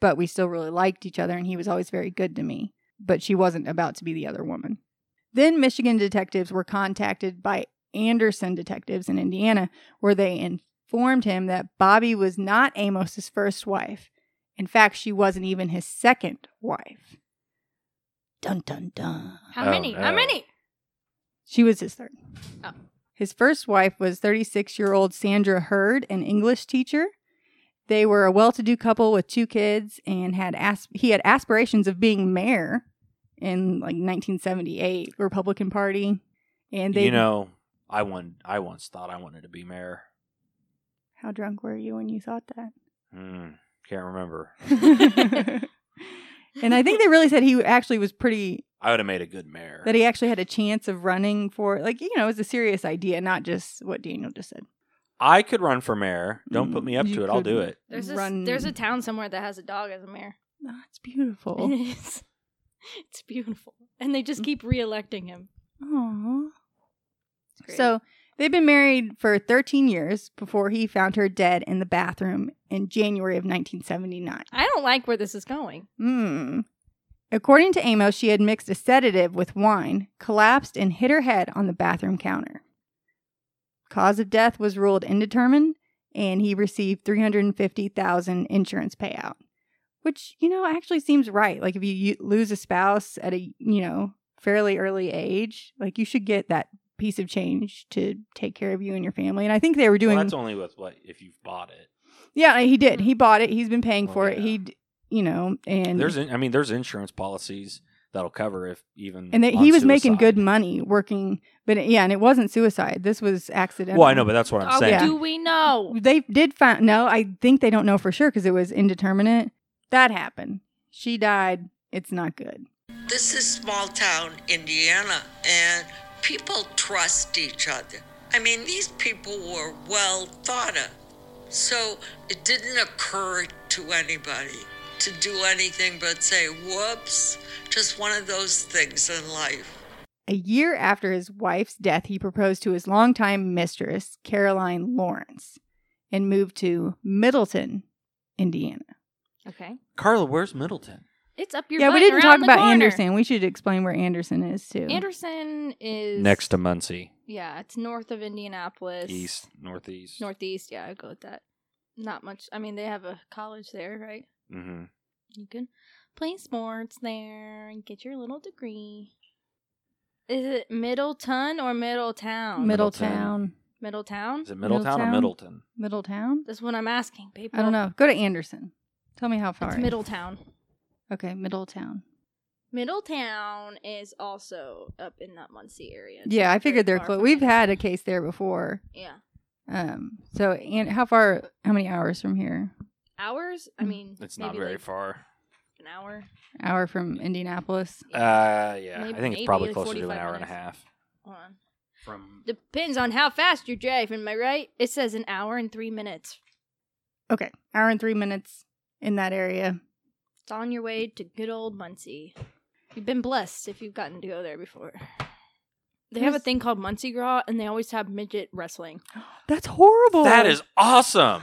[SPEAKER 2] but we still really liked each other, and he was always very good to me. But she wasn't about to be the other woman. Then Michigan detectives were contacted by Anderson detectives in Indiana, where they informed him that Bobby was not Amos's first wife. In fact, she wasn't even his second wife. Dun dun dun.
[SPEAKER 3] How
[SPEAKER 1] Oh,
[SPEAKER 3] many? How
[SPEAKER 1] no.
[SPEAKER 3] many?
[SPEAKER 2] She was his third.
[SPEAKER 3] Oh.
[SPEAKER 2] His first wife was 36 year old Sandra Hurd, an English teacher. They were a well-to-do couple with two kids and had as- he had aspirations of being mayor in like 1978 Republican Party. And they
[SPEAKER 1] you know, I one I once thought I wanted to be mayor.
[SPEAKER 2] How drunk were you when you thought
[SPEAKER 1] Mm, can't remember.
[SPEAKER 2] that? and I think they really said he actually was pretty
[SPEAKER 1] I would have made a good mayor.
[SPEAKER 2] that he actually had a chance of running for like you know, it was a serious idea, not just what Daniel just said.
[SPEAKER 1] I could run for mayor. Don't put
[SPEAKER 2] Mm,
[SPEAKER 1] me up
[SPEAKER 2] you
[SPEAKER 1] to it. I'll
[SPEAKER 2] could.
[SPEAKER 1] do it.
[SPEAKER 3] There's a
[SPEAKER 2] Run-
[SPEAKER 3] there's a town somewhere that has a dog as a mayor.
[SPEAKER 2] Oh, it's beautiful.
[SPEAKER 3] It is. It's beautiful, and they
[SPEAKER 2] Mm.
[SPEAKER 3] just keep reelecting him.
[SPEAKER 2] Aww.
[SPEAKER 3] It's great.
[SPEAKER 2] So they've been married for 13 years before he found her dead in the bathroom in January of 1979.
[SPEAKER 3] I don't like where this is going.
[SPEAKER 2] Hmm. According to Amos, she had mixed a sedative with wine, collapsed, and hit her head on the bathroom counter. Cause of death was ruled indeterminate, and he received 350,000 insurance payout, which, you know, actually seems right. Like if you u- lose a spouse at a, you know, fairly early age, like you should get that piece of change to take care of you and your family. And I think they were doing
[SPEAKER 1] Well, that's only with what if you've bought it.
[SPEAKER 2] Yeah, he did. He bought it. He's been paying
[SPEAKER 1] Well,
[SPEAKER 2] for it.
[SPEAKER 1] yeah.
[SPEAKER 2] He, would you know, and
[SPEAKER 1] there's in, I mean there's insurance policies that'll cover if even
[SPEAKER 2] and that
[SPEAKER 1] Mm-hmm. on
[SPEAKER 2] he was making
[SPEAKER 1] suicide.
[SPEAKER 2] good money working but it- yeah and it wasn't suicide this was accidental
[SPEAKER 1] Well, I know, but that's what I'm
[SPEAKER 3] Oh,
[SPEAKER 1] saying.
[SPEAKER 2] Yeah.
[SPEAKER 3] do we know?
[SPEAKER 2] they did find no i think they don't know for sure because it was indeterminate that happened she died it's not good
[SPEAKER 6] This is small town Indiana, and people trust each other. I mean, these people were well thought of. So it didn't occur to anybody to do anything but say, whoops, just one of those things in life.
[SPEAKER 2] a year after his wife's death he proposed to his longtime mistress caroline lawrence and moved to middleton indiana
[SPEAKER 3] Okay,
[SPEAKER 1] Carla, where's Middleton?
[SPEAKER 3] it's up your.
[SPEAKER 2] yeah we
[SPEAKER 3] butt
[SPEAKER 2] didn't
[SPEAKER 3] around
[SPEAKER 2] talk
[SPEAKER 3] the
[SPEAKER 2] about
[SPEAKER 3] corner.
[SPEAKER 2] anderson we should explain where anderson is too
[SPEAKER 3] Anderson is
[SPEAKER 1] Next to Muncie,
[SPEAKER 3] Yeah, it's north of Indianapolis.
[SPEAKER 1] east, northeast.
[SPEAKER 3] Northeast. Yeah, I go with that. Not much. I mean, they have a college there, right?
[SPEAKER 1] Mm-hmm.
[SPEAKER 3] You can play sports there and get your little degree. Is it Middleton or Middletown?
[SPEAKER 1] Mid-
[SPEAKER 2] middletown
[SPEAKER 3] Middletown.
[SPEAKER 1] Is it Middletown or
[SPEAKER 2] Middletown?
[SPEAKER 1] Middleton?
[SPEAKER 2] middletown
[SPEAKER 3] That's what I'm asking, people.
[SPEAKER 2] i don't know go to anderson tell me how far
[SPEAKER 3] It's
[SPEAKER 2] it is.
[SPEAKER 3] Middletown.
[SPEAKER 2] Okay, Middletown.
[SPEAKER 3] Middletown is also up in that Muncie area. It's
[SPEAKER 2] Yeah,
[SPEAKER 3] not
[SPEAKER 2] I figured
[SPEAKER 3] very
[SPEAKER 2] they're
[SPEAKER 3] far
[SPEAKER 2] close.
[SPEAKER 3] from
[SPEAKER 2] We've
[SPEAKER 3] it.
[SPEAKER 2] had a case there before.
[SPEAKER 3] yeah
[SPEAKER 2] Um, so and how far? How many hours from here?
[SPEAKER 3] hours. I
[SPEAKER 2] Mm.
[SPEAKER 3] mean,
[SPEAKER 1] It's not
[SPEAKER 3] maybe,
[SPEAKER 1] very
[SPEAKER 3] like,
[SPEAKER 1] far.
[SPEAKER 3] An hour.
[SPEAKER 2] Hour from Indianapolis.
[SPEAKER 1] Uh, yeah, I
[SPEAKER 3] Maybe-
[SPEAKER 1] think
[SPEAKER 3] maybe
[SPEAKER 1] it's probably
[SPEAKER 3] like
[SPEAKER 1] closer to an
[SPEAKER 3] 45
[SPEAKER 1] hour and a
[SPEAKER 3] minutes.
[SPEAKER 1] half.
[SPEAKER 3] Hold on.
[SPEAKER 1] From
[SPEAKER 3] Depends on how fast you drive, am I right? It says an hour and three minutes.
[SPEAKER 2] Okay, hour and three minutes in that area.
[SPEAKER 3] It's on your way to good old Muncie. You've been blessed if you've gotten to go there before. They have a
[SPEAKER 2] There's-
[SPEAKER 3] thing called Muncie Gras, and they always have midget wrestling.
[SPEAKER 2] That's horrible.
[SPEAKER 1] that is awesome.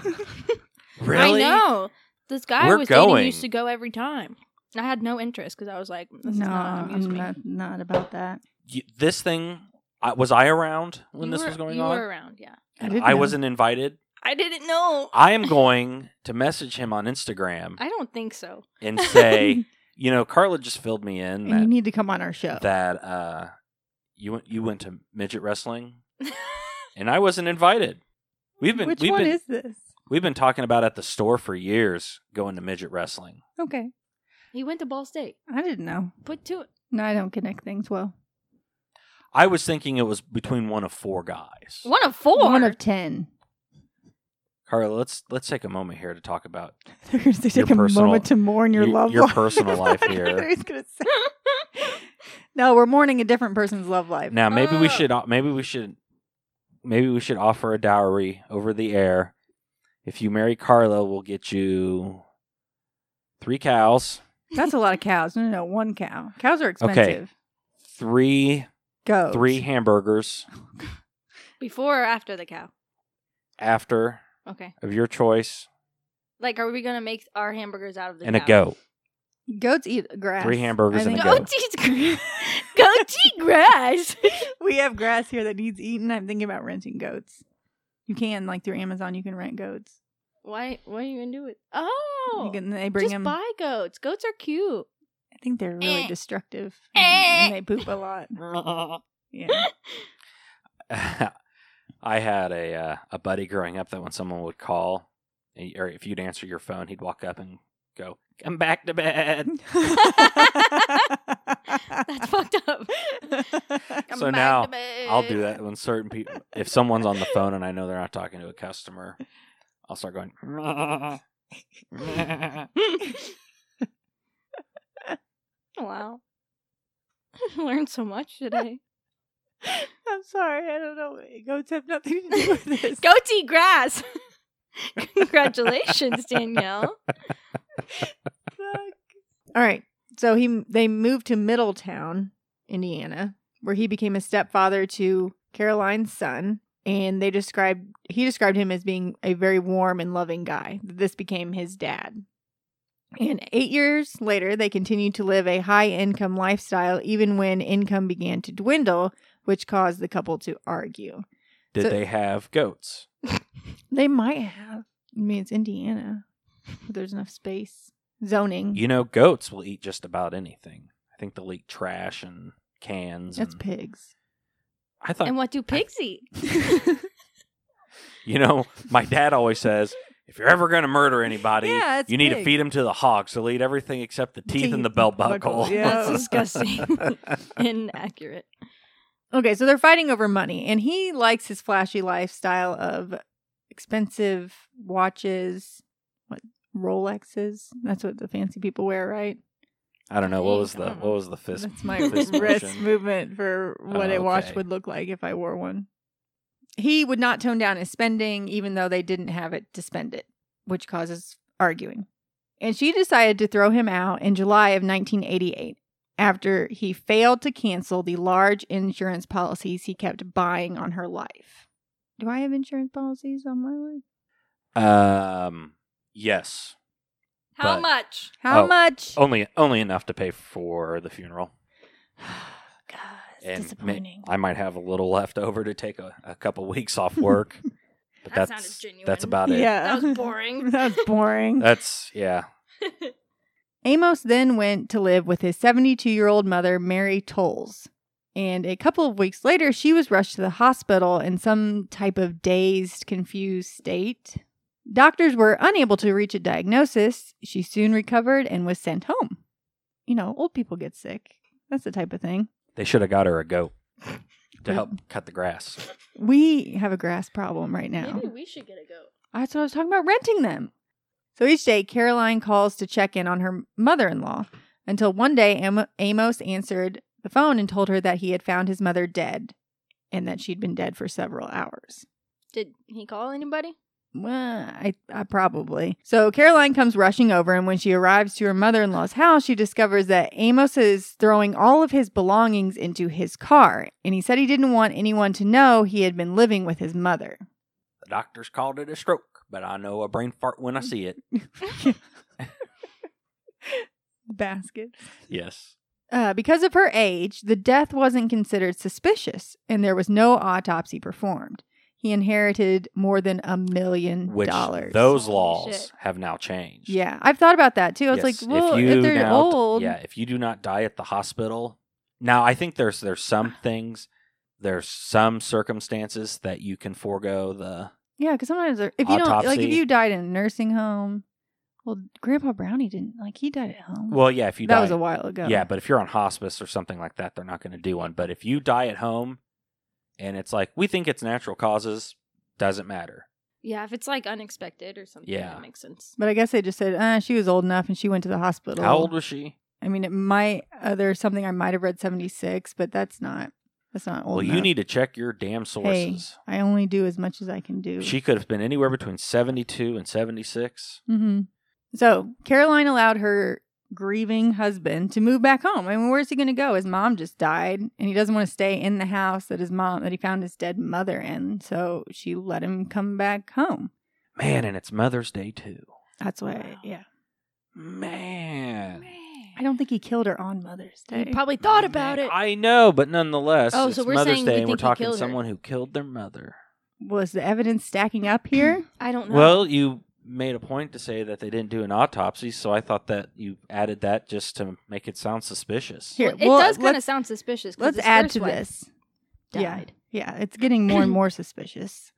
[SPEAKER 1] really?
[SPEAKER 3] I know. This guy I
[SPEAKER 1] We're
[SPEAKER 3] was
[SPEAKER 1] going.
[SPEAKER 3] dating used to go every time. I had no interest because I was like, this
[SPEAKER 2] no,
[SPEAKER 3] is not
[SPEAKER 2] I'm
[SPEAKER 3] amuse me.
[SPEAKER 2] not not about that.
[SPEAKER 1] You- this thing. I, was I around when
[SPEAKER 3] You
[SPEAKER 1] this
[SPEAKER 3] were-
[SPEAKER 1] was going
[SPEAKER 3] you
[SPEAKER 1] on?
[SPEAKER 3] were around, yeah.
[SPEAKER 2] I
[SPEAKER 1] And
[SPEAKER 2] didn't
[SPEAKER 1] I
[SPEAKER 2] know.
[SPEAKER 1] wasn't invited.
[SPEAKER 3] I didn't know.
[SPEAKER 1] I am going to message him on Instagram
[SPEAKER 3] I don't think so.
[SPEAKER 1] and say, you know, Carla just filled me in
[SPEAKER 2] And
[SPEAKER 1] that
[SPEAKER 2] you need to come on our show.
[SPEAKER 1] that uh, you went you went to midget wrestling, and I wasn't invited. We've been
[SPEAKER 2] Which
[SPEAKER 1] we've
[SPEAKER 2] one
[SPEAKER 1] been
[SPEAKER 2] is this?
[SPEAKER 1] we've been talking about at the store for years going to midget wrestling.
[SPEAKER 2] Okay,
[SPEAKER 3] he went to Ball State.
[SPEAKER 2] I didn't know.
[SPEAKER 3] Put two.
[SPEAKER 2] No, I don't connect things well.
[SPEAKER 1] I was thinking it was between one of four guys.
[SPEAKER 3] One of four.
[SPEAKER 2] One of ten.
[SPEAKER 1] Carla, let's let's take a moment here to talk about
[SPEAKER 2] They're going to
[SPEAKER 1] Your
[SPEAKER 2] take a
[SPEAKER 1] personal-
[SPEAKER 2] moment to mourn your,
[SPEAKER 1] your-
[SPEAKER 2] love
[SPEAKER 1] your
[SPEAKER 2] life.
[SPEAKER 1] personal life
[SPEAKER 2] That's what
[SPEAKER 1] here.
[SPEAKER 2] I was gonna say. no, we're mourning a different person's love life.
[SPEAKER 1] now. Maybe we
[SPEAKER 3] Uh.
[SPEAKER 1] should maybe we should maybe we should offer a dowry over the air. If you marry Carla, we'll get you three cows,
[SPEAKER 2] That's a lot of cows. No, no, no, one cow. Cows are
[SPEAKER 1] Okay.
[SPEAKER 2] expensive.
[SPEAKER 1] three
[SPEAKER 2] Go
[SPEAKER 1] three hamburgers
[SPEAKER 3] Before or after the cow?
[SPEAKER 1] after
[SPEAKER 3] Okay.
[SPEAKER 1] of your choice,
[SPEAKER 3] Like, are we gonna make our hamburgers out of the
[SPEAKER 1] and a
[SPEAKER 3] cow?
[SPEAKER 1] goat.
[SPEAKER 2] goats eat grass.
[SPEAKER 1] Three hamburgers
[SPEAKER 2] I
[SPEAKER 1] and a
[SPEAKER 2] think-
[SPEAKER 1] goat.
[SPEAKER 3] Goat eats grass. Goat eat grass.
[SPEAKER 2] we have grass here that needs eaten. I'm thinking about renting goats. You can like through Amazon. You can rent goats.
[SPEAKER 3] Why? What are you gonna do with? Oh,
[SPEAKER 2] you can, they bring
[SPEAKER 3] just
[SPEAKER 2] them.
[SPEAKER 3] buy goats. Goats are cute.
[SPEAKER 2] I think they're really
[SPEAKER 3] Eh.
[SPEAKER 2] destructive.
[SPEAKER 3] Eh.
[SPEAKER 2] And they poop a lot. Yeah.
[SPEAKER 1] I had a uh, a buddy growing up that when someone would call And- or if you'd answer your phone, he'd walk up and go, "Come back to bed."
[SPEAKER 3] That's fucked up.
[SPEAKER 1] So
[SPEAKER 3] back
[SPEAKER 1] now
[SPEAKER 3] to bed.
[SPEAKER 1] I'll do that when certain people, if someone's on the phone and I know they're not talking to a customer, I'll start going.
[SPEAKER 3] Wow. Learned so much today.
[SPEAKER 2] I'm sorry, I don't know. Goats have nothing to do with this.
[SPEAKER 3] Goats eat grass. Congratulations, Danielle.
[SPEAKER 2] Fuck. All right. So he they moved to Middletown, Indiana, where he became a stepfather to Caroline's son, and they described he described him as being a very warm and loving guy. This became his dad. And eight years later, they continued to live a high income lifestyle, even when income began to dwindle, which caused the couple to argue.
[SPEAKER 1] Did
[SPEAKER 2] So-
[SPEAKER 1] they have goats?
[SPEAKER 2] They might have. I mean, it's Indiana. There's enough space. Zoning.
[SPEAKER 1] You know, goats will eat just about anything. I think they'll eat trash and cans.
[SPEAKER 2] That's
[SPEAKER 1] and-
[SPEAKER 2] pigs.
[SPEAKER 1] I thought
[SPEAKER 3] And what do pigs eat?
[SPEAKER 1] You know, my dad always says, if you're ever going to murder anybody,
[SPEAKER 2] Yeah, it's
[SPEAKER 1] you need to
[SPEAKER 2] big.
[SPEAKER 1] feed them to the hogs. They'll eat everything except the teeth and the belt buckle.
[SPEAKER 2] buckle, yeah.
[SPEAKER 3] That's disgusting. Inaccurate.
[SPEAKER 2] Okay, so they're fighting over money, and he likes his flashy lifestyle of expensive watches, what Rolexes. That's what the fancy people wear, right?
[SPEAKER 1] I don't know what was
[SPEAKER 3] Thanks, I
[SPEAKER 1] the
[SPEAKER 3] don't know.
[SPEAKER 1] what was the fist.
[SPEAKER 2] That's my
[SPEAKER 1] fist
[SPEAKER 2] wrist
[SPEAKER 1] motion?
[SPEAKER 2] movement for what a
[SPEAKER 1] Okay.
[SPEAKER 2] watch would look like if I wore one. He would not tone down his spending, even though they didn't have it to spend it, which causes arguing. And she decided to throw him out in July of 1988 after he failed to cancel the large insurance policies he kept buying on her life. Do I have insurance policies on my life?
[SPEAKER 1] Um, yes,
[SPEAKER 3] How
[SPEAKER 1] But-
[SPEAKER 3] much?
[SPEAKER 2] How
[SPEAKER 1] Oh.
[SPEAKER 2] much?
[SPEAKER 1] only only enough to pay for the funeral,
[SPEAKER 3] God, it's
[SPEAKER 1] and ma-
[SPEAKER 3] disappointing.
[SPEAKER 1] I might have a little left over to take a, a couple weeks off work. But that's
[SPEAKER 3] That sounded genuine.
[SPEAKER 1] that's about it.
[SPEAKER 2] yeah.
[SPEAKER 3] That was boring.
[SPEAKER 2] that was boring.
[SPEAKER 1] That's yeah.
[SPEAKER 2] Amos then went to live with his 72 year old mother, Mary Tolles. And a couple of weeks later, she was rushed to the hospital in some type of dazed, confused state. Doctors were unable to reach a diagnosis. She soon recovered and was sent home. You know, old people get sick. That's the type of thing.
[SPEAKER 1] They should have got her a goat to help cut the grass.
[SPEAKER 2] We have a grass problem right now.
[SPEAKER 3] Maybe we should get a goat.
[SPEAKER 2] That's what I was talking about renting them. So each day, Caroline calls to check in on her mother in law until one day Am- Amos answered the phone and told her that he had found his mother dead and that she'd been dead for several hours.
[SPEAKER 3] Did he call anybody?
[SPEAKER 2] Well, I, I probably. So Caroline comes rushing over, and when she arrives to her mother in law's house, she discovers that Amos is throwing all of his belongings into his car, and he said he didn't want anyone to know he had been living with his mother.
[SPEAKER 1] The doctors called it a stroke, but I know a brain fart when I
[SPEAKER 3] Mm.
[SPEAKER 1] see it.
[SPEAKER 2] Basket.
[SPEAKER 1] Yes.
[SPEAKER 2] Uh, because of her age, the death wasn't considered suspicious, and there was no autopsy performed. He inherited more than a million
[SPEAKER 1] Which
[SPEAKER 2] dollars.
[SPEAKER 1] those
[SPEAKER 3] Holy
[SPEAKER 1] laws
[SPEAKER 3] shit.
[SPEAKER 1] have now changed.
[SPEAKER 2] yeah, I've thought about that too. I was
[SPEAKER 1] Yes,
[SPEAKER 2] like, well, if, they're
[SPEAKER 1] now d-
[SPEAKER 2] old,
[SPEAKER 1] yeah, if you do not die at the hospital. Now I think there's there's some things, there's some circumstances that you can forego the.
[SPEAKER 2] yeah, because sometimes they're- if you don't like, if
[SPEAKER 1] Autopsy.
[SPEAKER 2] you died in a nursing home, well, Grandpa Brownie didn't like he died at home.
[SPEAKER 1] Well, yeah, if you
[SPEAKER 2] Mm. that
[SPEAKER 1] die,
[SPEAKER 2] was a while ago.
[SPEAKER 1] yeah, but if you're on hospice or something like that, they're not going to do one. But if you die at home, and it's like we think it's natural causes, doesn't matter.
[SPEAKER 3] Yeah, if it's like unexpected or something,
[SPEAKER 1] Yeah.
[SPEAKER 3] that makes sense.
[SPEAKER 2] but I guess they just said uh, she was old enough, and she went to the hospital.
[SPEAKER 1] How old was she?
[SPEAKER 2] I mean, it might uh, there's something I might have read seventy six, but that's not that's not old.
[SPEAKER 1] Well, you
[SPEAKER 2] enough.
[SPEAKER 1] need to check your damn sources.
[SPEAKER 2] I only do as much as I can do.
[SPEAKER 1] She could have been anywhere between 72 and 76.
[SPEAKER 2] hmm So Caroline allowed her grieving husband to move back home. I mean, where's he going to go? His mom just died, and he doesn't want to stay in the house that his mom that he found his dead mother in. So she let him come back home.
[SPEAKER 1] Man, and it's Mother's Day too.
[SPEAKER 2] That's why,
[SPEAKER 3] Wow.
[SPEAKER 2] yeah.
[SPEAKER 1] Man.
[SPEAKER 2] I don't think he killed her on Mother's Day.
[SPEAKER 3] You probably thought about
[SPEAKER 1] Man,
[SPEAKER 3] it.
[SPEAKER 1] I know, but nonetheless,
[SPEAKER 3] Oh,
[SPEAKER 1] it's
[SPEAKER 3] so we're
[SPEAKER 1] Mother's
[SPEAKER 3] saying you
[SPEAKER 1] Day and we're
[SPEAKER 3] think he
[SPEAKER 1] talking
[SPEAKER 3] killed her.
[SPEAKER 1] someone who killed their mother.
[SPEAKER 2] Was the evidence stacking up here?
[SPEAKER 3] I don't know.
[SPEAKER 1] Well, you made a point to say that they didn't do an autopsy, so I thought that you added that just to make it sound suspicious.
[SPEAKER 2] Here,
[SPEAKER 3] Well, it
[SPEAKER 2] well,
[SPEAKER 3] does kind of
[SPEAKER 2] let's-
[SPEAKER 3] sound suspicious. 'cause
[SPEAKER 2] Let's
[SPEAKER 3] his
[SPEAKER 2] add
[SPEAKER 3] first
[SPEAKER 2] to
[SPEAKER 3] wife
[SPEAKER 2] this.
[SPEAKER 3] Died.
[SPEAKER 2] Yeah, yeah, it's getting more and more suspicious.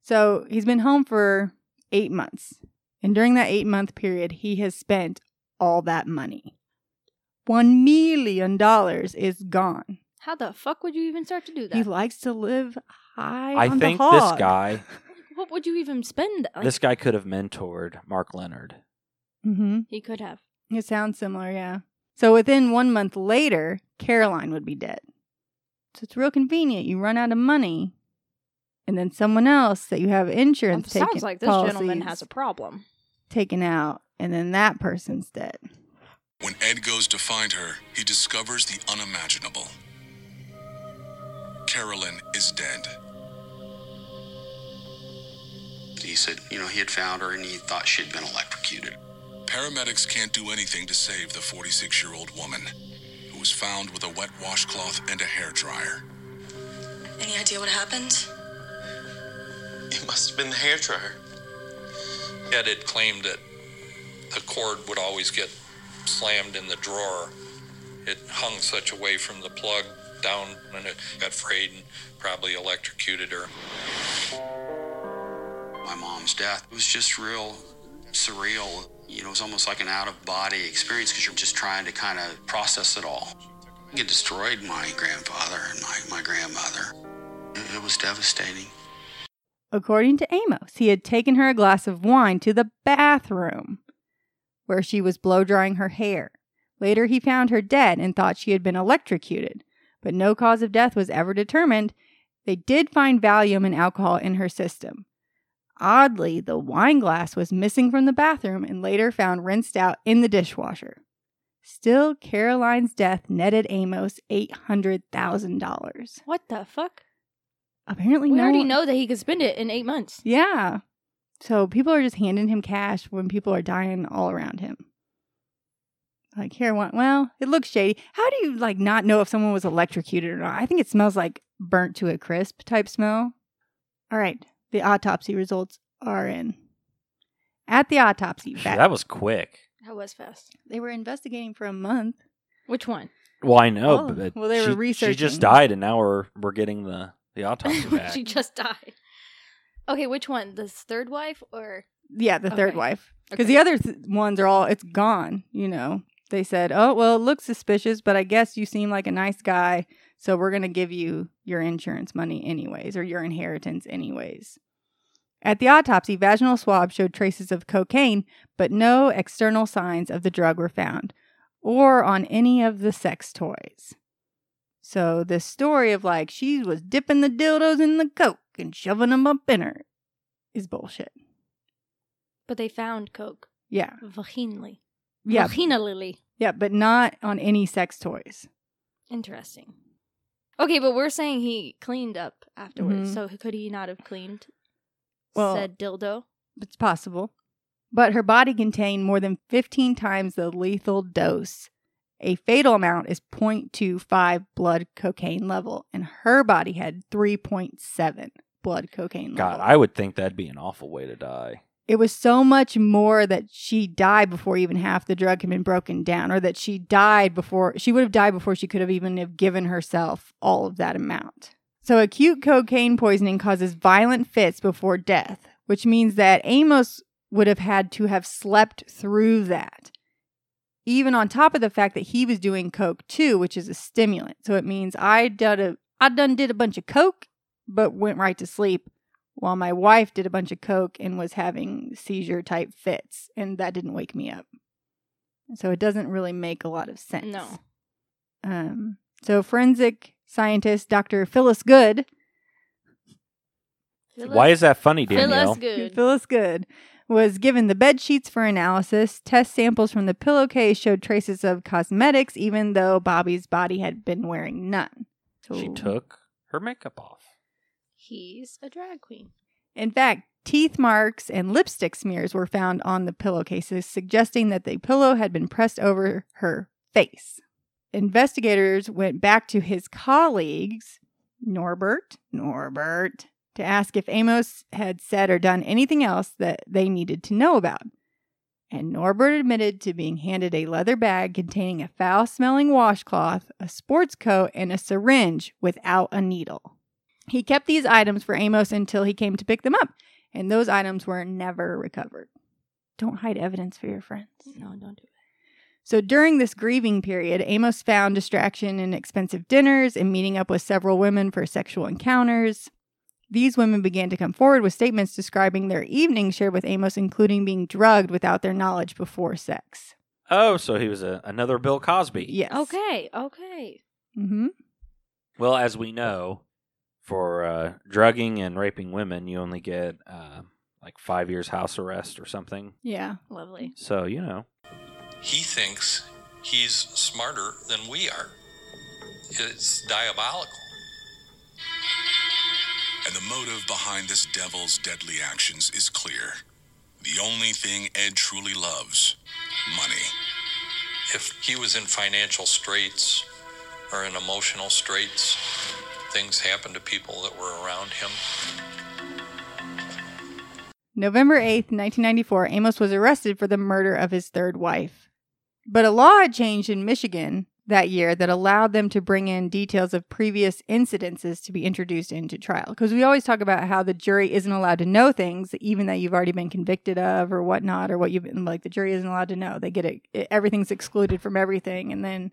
[SPEAKER 2] So he's been home for eight months. And during that eight month period, he has spent all that money. $1 million is gone.
[SPEAKER 3] How the fuck would you even start to do that?
[SPEAKER 2] He likes to live high
[SPEAKER 1] I
[SPEAKER 2] on
[SPEAKER 1] think
[SPEAKER 2] the
[SPEAKER 1] this
[SPEAKER 2] hog.
[SPEAKER 1] guy,
[SPEAKER 3] what would you even spend? Like,
[SPEAKER 1] this guy could have mentored Mark Leonard.
[SPEAKER 2] hmm
[SPEAKER 3] he could have.
[SPEAKER 2] It sounds similar, yeah. So within one month later, Caroline would be dead. So it's real convenient. You run out of money, and then someone else that you have insurance taken,
[SPEAKER 3] sounds like this gentleman
[SPEAKER 2] policies
[SPEAKER 3] has a problem.
[SPEAKER 2] taken out, and then that person's dead.
[SPEAKER 4] When Ed goes to find her, he discovers the unimaginable. Carolyn is dead.
[SPEAKER 11] He said, you know, he had found her and he thought she'd been electrocuted.
[SPEAKER 4] Paramedics can't do anything to save the 46 year old woman, who was found with a wet washcloth and a hairdryer.
[SPEAKER 5] Any idea what happened?
[SPEAKER 7] It must have been the hair dryer. Ed had claimed that the cord would always get slammed in the drawer. It hung such away from the plug down and it got frayed and probably electrocuted her.
[SPEAKER 11] My mom's death was just real surreal. You know, it was almost like an out of body experience because you're just trying to kind of process it all. It destroyed my grandfather and my, my grandmother. It, it was devastating.
[SPEAKER 2] According to Amos, he had taken her a glass of wine to the bathroom where she was blow drying her hair. Later, he found her dead and thought she had been electrocuted, but no cause of death was ever determined. They did find Valium and alcohol in her system. Oddly, the wine glass was missing from the bathroom and later found rinsed out in the dishwasher. Still, Caroline's death netted Amos $800,000.
[SPEAKER 3] What the fuck?
[SPEAKER 2] Apparently,
[SPEAKER 3] we
[SPEAKER 2] no
[SPEAKER 3] already
[SPEAKER 2] one-
[SPEAKER 3] know that he could spend it in eight months.
[SPEAKER 2] yeah. So people are just handing him cash when people are dying all around him. Like here, one. Well, it looks shady. How do you like not know if someone was electrocuted or not? I think it smells like burnt to a crisp type smell. All right, the autopsy results are in. At the autopsy,
[SPEAKER 1] Phew,
[SPEAKER 2] back-
[SPEAKER 1] That was quick.
[SPEAKER 3] That was fast.
[SPEAKER 2] they were investigating for a month.
[SPEAKER 3] Which one?
[SPEAKER 1] Well, I know,
[SPEAKER 2] Oh,
[SPEAKER 1] but
[SPEAKER 2] well, they
[SPEAKER 1] she,
[SPEAKER 2] were
[SPEAKER 1] She just
[SPEAKER 2] researching.
[SPEAKER 1] died, and now we're we're getting the the autopsy
[SPEAKER 3] When
[SPEAKER 1] back.
[SPEAKER 3] she just died. Okay, which one? This third wife or
[SPEAKER 2] Yeah, the third
[SPEAKER 3] Okay.
[SPEAKER 2] wife. Because
[SPEAKER 3] Okay.
[SPEAKER 2] the other th- ones are all, it's gone, you know. They said, oh, well, it looks suspicious, but I guess you seem like a nice guy. So we're going to give you your insurance money, anyways, or your inheritance, anyways. At the autopsy, vaginal swab showed traces of cocaine, but no external signs of the drug were found or on any of the sex toys. So, this story of like she was dipping the dildos in the coke and shoving them up in her is bullshit.
[SPEAKER 3] but they found coke
[SPEAKER 2] Yeah.
[SPEAKER 3] vaginally.
[SPEAKER 2] Yeah.
[SPEAKER 3] Vaginally.
[SPEAKER 2] Yeah, but not on any sex toys.
[SPEAKER 3] Interesting. Okay, but we're saying he cleaned up afterwards.
[SPEAKER 2] Mhm.
[SPEAKER 3] So could he not have cleaned
[SPEAKER 2] Well-
[SPEAKER 3] said dildo?
[SPEAKER 2] It's possible. But her body contained more than 15 times the lethal dose. A fatal amount is 0.25 blood cocaine level, and her body had 3.7 blood cocaine
[SPEAKER 1] God,
[SPEAKER 2] level.
[SPEAKER 1] I would think that'd be an awful way to die.
[SPEAKER 2] it was so much more that she died before even half the drug had been broken down, or that she died before she would have died before she could have even have given herself all of that amount. So acute cocaine poisoning causes violent fits before death, which means that Amos would have had to have slept through that. Even on top of the fact that he was doing coke too, which is a stimulant. So it means I done a I done did a bunch of coke, but went right to sleep while my wife did a bunch of coke and was having seizure type fits and that didn't wake me up so it doesn't really make a lot of sense
[SPEAKER 3] No.
[SPEAKER 2] um, so forensic scientist dr phyllis good
[SPEAKER 1] Why is that funny,
[SPEAKER 3] Feel
[SPEAKER 1] Danielle?
[SPEAKER 3] us good.
[SPEAKER 2] phyllis good was given the bed sheets for analysis test samples from the pillowcase showed traces of cosmetics even though bobby's body had been wearing none
[SPEAKER 1] She
[SPEAKER 2] So-
[SPEAKER 1] took her makeup off.
[SPEAKER 3] He's a drag queen.
[SPEAKER 2] In fact, teeth marks and lipstick smears were found on the pillowcases, suggesting that the pillow had been pressed over her face. Investigators went back to his colleagues, Norbert, Norbert, to ask if Amos had said or done anything else that they needed to know about. And Norbert admitted to being handed a leather bag containing a foul smelling washcloth, a sports coat, and a syringe without a needle. He kept these items for Amos until he came to pick them up, and those items were never recovered. Don't hide evidence for your friends.
[SPEAKER 3] No, don't do it.
[SPEAKER 2] So during this grieving period, Amos found distraction in expensive dinners and meeting up with several women for sexual encounters. These women began to come forward with statements describing their evenings shared with Amos, including being drugged without their knowledge before sex.
[SPEAKER 1] Oh, so he was a, another Bill Cosby.
[SPEAKER 2] Yes.
[SPEAKER 3] Okay, okay.
[SPEAKER 2] Mm-hmm.
[SPEAKER 1] Well, as we know, for uh, drugging and raping women, you only get uh, like five years house arrest or something.
[SPEAKER 2] Yeah.
[SPEAKER 3] Lovely.
[SPEAKER 1] So you know,
[SPEAKER 7] He thinks he's smarter than we are. It's diabolical.
[SPEAKER 4] And the motive behind this devil's deadly actions is clear. The only thing Ed truly loves money.
[SPEAKER 7] If he was in financial straits or in emotional straits, things happened to people that were around him.
[SPEAKER 2] November 8th, 1994, Amos was arrested for the murder of his third wife. But a law had changed in Michigan that year that allowed them to bring in details of previous incidences to be introduced into trial. Because we always talk about how the jury isn't allowed to know things, even that you've already been convicted of or whatnot, or what you've been like, the jury isn't allowed to know. They get it, it- everything's excluded from everything. And then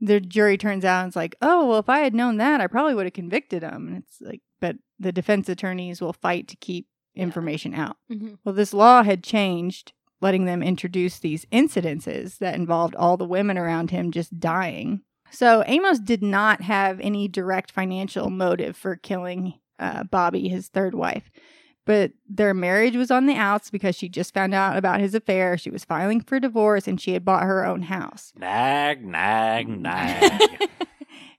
[SPEAKER 2] the jury turns out and it's like, oh, well, if I had known that, I probably would have convicted him. And it's like, but the defense attorneys will fight to keep information out.
[SPEAKER 3] Mm-hmm.
[SPEAKER 2] Well, this law had changed, letting them introduce these incidences that involved all the women around him just dying. So Amos did not have any direct financial motive for killing uh, Bobby, his third wife. But their marriage was on the outs because she just found out about his affair. She was filing for divorce and she had bought her own house.
[SPEAKER 1] nag, nag, nag.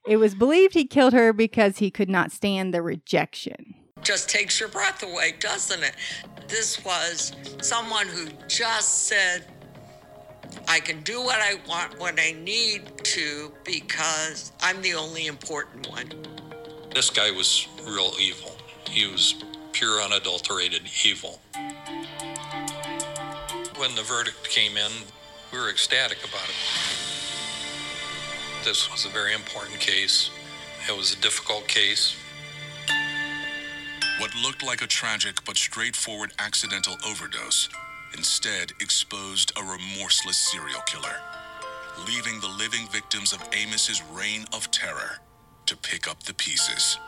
[SPEAKER 2] It was believed he killed her because he could not stand the rejection.
[SPEAKER 6] Just takes your breath away, doesn't it? This was someone who just said, I can do what I want when I need to because I'm the only important one.
[SPEAKER 7] This guy was real evil. He was pure, unadulterated evil. When the verdict came in, we were ecstatic about it. This was a very important case. It was a difficult case.
[SPEAKER 4] What looked like a tragic but straightforward accidental overdose instead exposed a remorseless serial killer, leaving the living victims of Amos's reign of terror to pick up the pieces.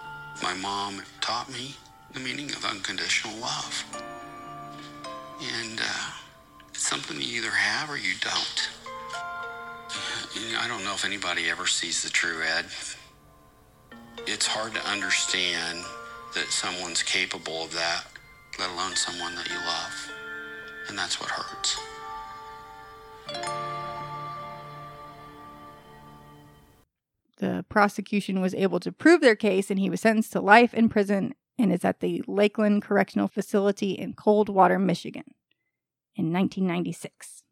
[SPEAKER 11] My mom taught me the meaning of unconditional love. And uh, it's something you either have or you don't. You know, I don't know if anybody ever sees the true Ed. It's hard to understand that someone's capable of that, let alone someone that you love. And that's what hurts.
[SPEAKER 2] The prosecution was able to prove their case, and he was sentenced to life in prison and is at the Lakeland Correctional Facility in Coldwater, Michigan in 1996.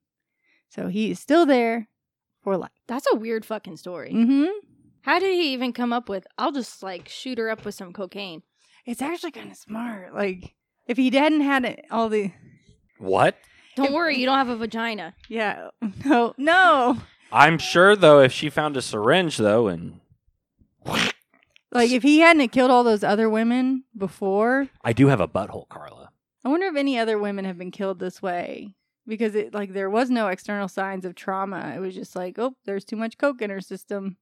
[SPEAKER 2] So he is still there for life.
[SPEAKER 3] That's a weird fucking story.
[SPEAKER 2] hmm
[SPEAKER 3] How did he even come up with, I'll just like shoot her up with some cocaine?
[SPEAKER 2] It's actually kind of smart. Like, if he hadn't had it, all the.
[SPEAKER 1] what?
[SPEAKER 3] Don't worry, you don't have a vagina.
[SPEAKER 2] Yeah. No, no.
[SPEAKER 1] I'm sure though, if she found a syringe though, and
[SPEAKER 2] Like, if he hadn't killed all those other women before,
[SPEAKER 1] I do have a butthole, Carla.
[SPEAKER 2] I wonder if any other women have been killed this way because it like there was no external signs of trauma. It was just like, oh, there's too much coke in her system.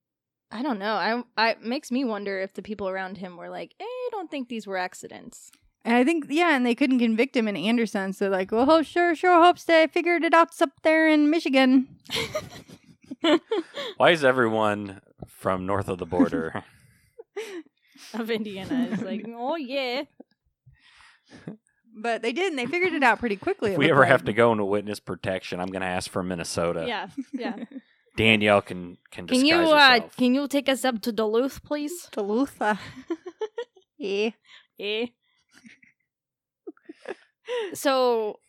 [SPEAKER 3] I don't know. I, I it makes me wonder if the people around him were like, eh, I don't think these were accidents.
[SPEAKER 2] And I think yeah, and they couldn't convict him in Anderson, so like, well, oh, sure, sure, hopes they figured it out up there in Michigan.
[SPEAKER 1] Why is everyone from north of the border?
[SPEAKER 3] Of Indiana is like, oh yeah,
[SPEAKER 2] But they didn't. They figured it out pretty quickly.
[SPEAKER 1] if
[SPEAKER 2] it
[SPEAKER 1] we
[SPEAKER 2] looked
[SPEAKER 1] ever
[SPEAKER 2] like.
[SPEAKER 1] have to go into witness protection, I'm gonna ask for Minnesota.
[SPEAKER 3] yeah, yeah.
[SPEAKER 1] Danielle can can disguise
[SPEAKER 3] Can you uh,
[SPEAKER 1] herself.
[SPEAKER 3] can you take us up to Duluth, please?
[SPEAKER 2] Duluth. uh, yeah.
[SPEAKER 3] Eh. so,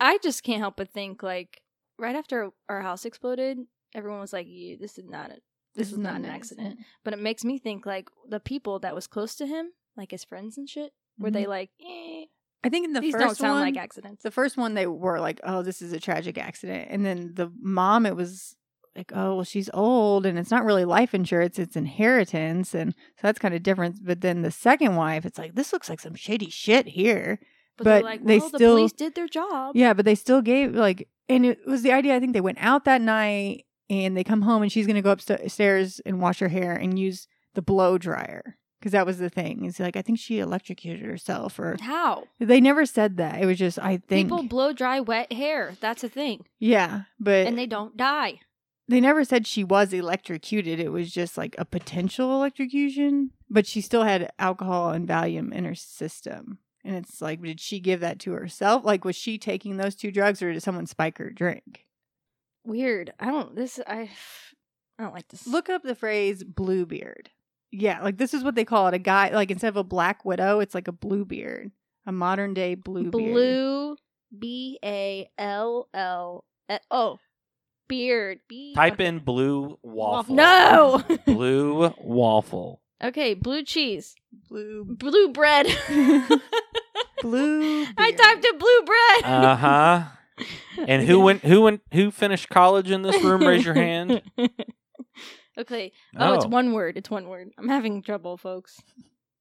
[SPEAKER 3] I just can't help but think like right after our house exploded, everyone was like, yeah, "This is not a this, is not an accident. But it makes me think like the people that was close to him, like his friends and shit, were they
[SPEAKER 2] Mhm.
[SPEAKER 3] like, eh,
[SPEAKER 2] I think in the
[SPEAKER 3] these do
[SPEAKER 2] first
[SPEAKER 3] don't sound
[SPEAKER 2] one,
[SPEAKER 3] like accidents?
[SPEAKER 2] the first one they were like, "Oh, this is a tragic accident," and then the mom, it was like, "Oh, well, she's old, and it's not really life insurance; it's inheritance, and so that's kind of different." But then the second wife, it's like, "This looks like some shady shit here."
[SPEAKER 3] But,
[SPEAKER 2] but
[SPEAKER 3] they're like,
[SPEAKER 2] they
[SPEAKER 3] well,
[SPEAKER 2] still
[SPEAKER 3] the police did their job.
[SPEAKER 2] Yeah, but they still gave like, and it was the idea. I think they went out that night and they come home and she's gonna go upstairs and wash her hair and use the blow dryer because that was the thing. It's like I think she electrocuted herself or
[SPEAKER 3] How?
[SPEAKER 2] they never said that. It was just I think
[SPEAKER 3] People blow dry wet hair. That's a thing.
[SPEAKER 2] yeah, but
[SPEAKER 3] and they don't die.
[SPEAKER 2] they never said she was electrocuted. It was just like a potential electrocution, but she still had alcohol and Valium in her system. And it's like, did she give that to herself? Like, was she taking those two drugs, or did someone spike her drink?
[SPEAKER 3] Weird. I don't. This I. I don't like this.
[SPEAKER 2] Look up the phrase "bluebeard." Yeah, like this is what they call it. A guy, like instead of a black widow, it's like a bluebeard, a modern day bluebeard.
[SPEAKER 3] Blue B A L L oh beard. B-
[SPEAKER 1] Type in blue waffle.
[SPEAKER 3] No.
[SPEAKER 1] blue waffle.
[SPEAKER 3] Okay, blue cheese,
[SPEAKER 2] blue
[SPEAKER 3] blue bread.
[SPEAKER 2] blue.
[SPEAKER 3] I typed in blue bread.
[SPEAKER 1] Uh huh. And who went? Who went? Who finished college in this room? Raise your hand.
[SPEAKER 3] Okay. Oh, it's
[SPEAKER 1] Oh.
[SPEAKER 3] one word. It's one word. I'm having trouble, folks.